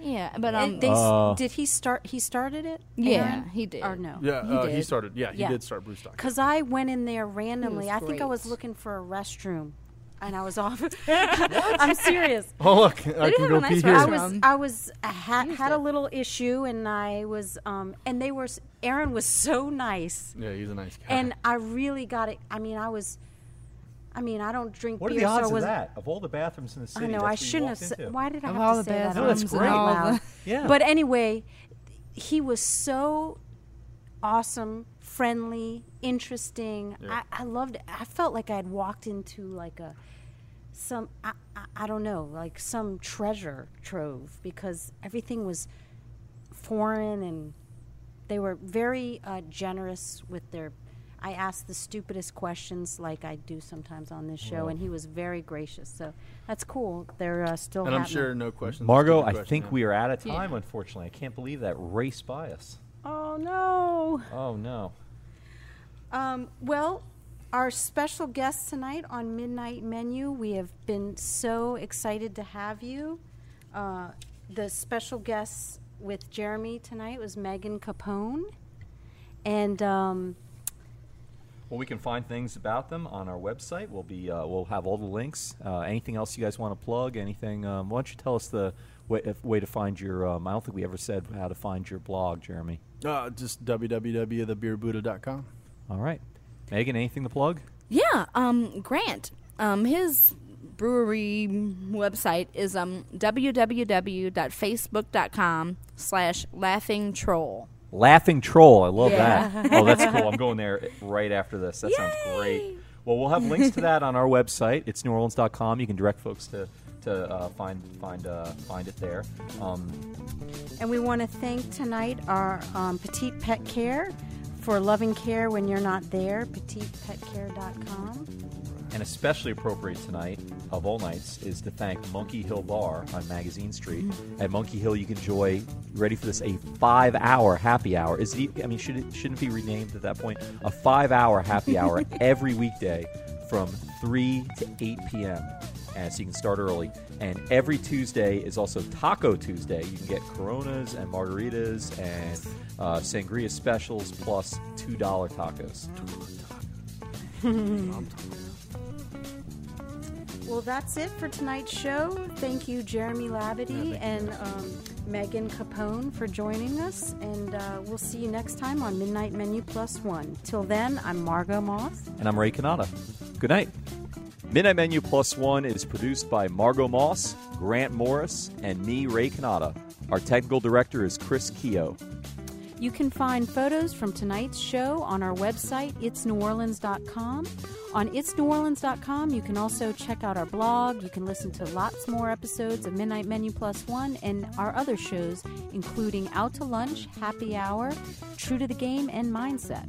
E: yeah. But um,
B: And they s-
A: Uh,
B: did he start? He started it.
E: yeah,
B: Aaron?
E: he did.
B: Or no?
C: Yeah,
E: He
C: uh, he
E: did.
C: started. Yeah, he
B: Yeah.
C: did start Bruce Talk.
B: Because I went in there randomly. I think I was
E: great.
B: looking for a restroom, and I was off. I'm serious.
C: Oh look, I
E: do
C: can
E: have
C: go
E: a nice
C: pee
B: I
C: here.
E: restaurant.
B: was
E: Um,
B: I was I had, had a little issue, and I was um and they were s- Aaron was so nice,
C: Yeah, he's a nice guy.
B: and I really got it. I mean, I was, I mean, I don't drink
D: What are
B: beer,
D: the odds
B: so I
D: of
B: was.
D: that? Of all the bathrooms in the city,
B: I know
D: that's
B: I
D: what you
B: shouldn't have.
D: walked
B: Said,
D: into.
B: why did I
E: Of
B: have
E: all
B: to
E: the
B: say that?
E: bathrooms
B: out
D: No, that's great.
E: all
B: loud?
E: the-
D: Yeah.
B: But anyway, he was so awesome, friendly, interesting.
C: Yeah.
B: I, I loved it. I felt like I had walked into like a some I, I, I don't know, like some treasure trove because everything was foreign and they were very uh, generous with their I asked the stupidest questions like I do sometimes on this show, and he was very gracious. So that's cool. They're uh, still.
C: And I'm
B: happening.
C: sure no questions.
A: Margot,
C: Stupid
A: I
C: question,
A: think
C: yeah.
A: we are out of time, unfortunately. I can't believe that race bias.
B: Oh no.
A: Oh, no.
B: Um, well, our special guest tonight on Midnight Menu, we have been so excited to have you. Uh, the special guest with Jeremy tonight was Megan Capone. And um,
A: Well, we can find things about them on our website. We'll be uh, we'll have all the links. Uh, anything else you guys want to plug? Anything? Um, why don't you tell us the way, if, way to find your? Um, I don't think we ever said how to find your blog, Jeremy.
C: Uh, just www.thebeerbuddha.com.
A: All right, Megan. Anything to plug?
E: Yeah, um, Grant, um, his brewery website is um, www.facebook.com slash laughing troll.
A: Laughing troll. I love
E: Yeah.
A: that. oh, that's cool. I'm going there right after this. That sounds great. Well, we'll have links to that on our website. It's neworleans.com. You can direct folks to to uh, find find uh, find it there. Um,
B: and we want to thank tonight our um, Petite Pet Care for loving care when you're not there, petitepetcare.com.
A: And especially appropriate tonight, of all nights, is to thank Monkey Hill Bar on Magazine Street. At Monkey Hill, you can enjoy, ready for this, a five-hour happy hour. Is it? I mean, should it shouldn't it be renamed at that point? A five-hour happy hour every weekday from three to eight p.m. And so you can start early. And every Tuesday is also Taco Tuesday. You can get Coronas and margaritas and uh, sangria specials plus two dollar tacos.
B: Well, that's it for tonight's show. Thank you, Jeremy Labadie and um, Megan Capone, for joining us. And uh, we'll see you next time on Midnight Menu Plus One. Till then, I'm Margot Moss.
A: and I'm Ray Kanata. Good night. Midnight Menu Plus One is produced by Margot Moss, Grant Morris, and me, Ray Kanata. Our technical director is Chris Keogh.
B: You can find photos from tonight's show on our website, itsneworleans.com. On itsneworleans.com, you can also check out our blog. You can listen to lots more episodes of Midnight Menu Plus One and our other shows, including Out to Lunch, Happy Hour, True to the Game, and Mindset.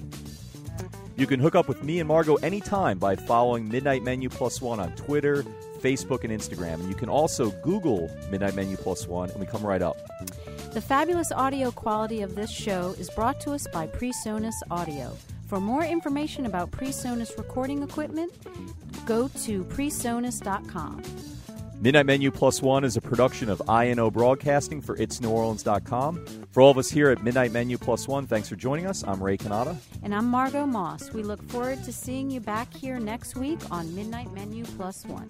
A: You can hook up with me and Margot anytime by following Midnight Menu Plus One on Twitter, Facebook, and Instagram. And you can also Google Midnight Menu Plus One, and we come right up.
B: The fabulous audio quality of this show is brought to us by PreSonus Audio. For more information about PreSonus recording equipment, go to presonus.com.
A: Midnight Menu Plus One is a production of INO Broadcasting for itsneworleans.com. For all of us here at Midnight Menu Plus One, thanks for joining us. I'm Ray Canada.
B: And I'm Margot Moss. We look forward to seeing you back here next week on Midnight Menu Plus One.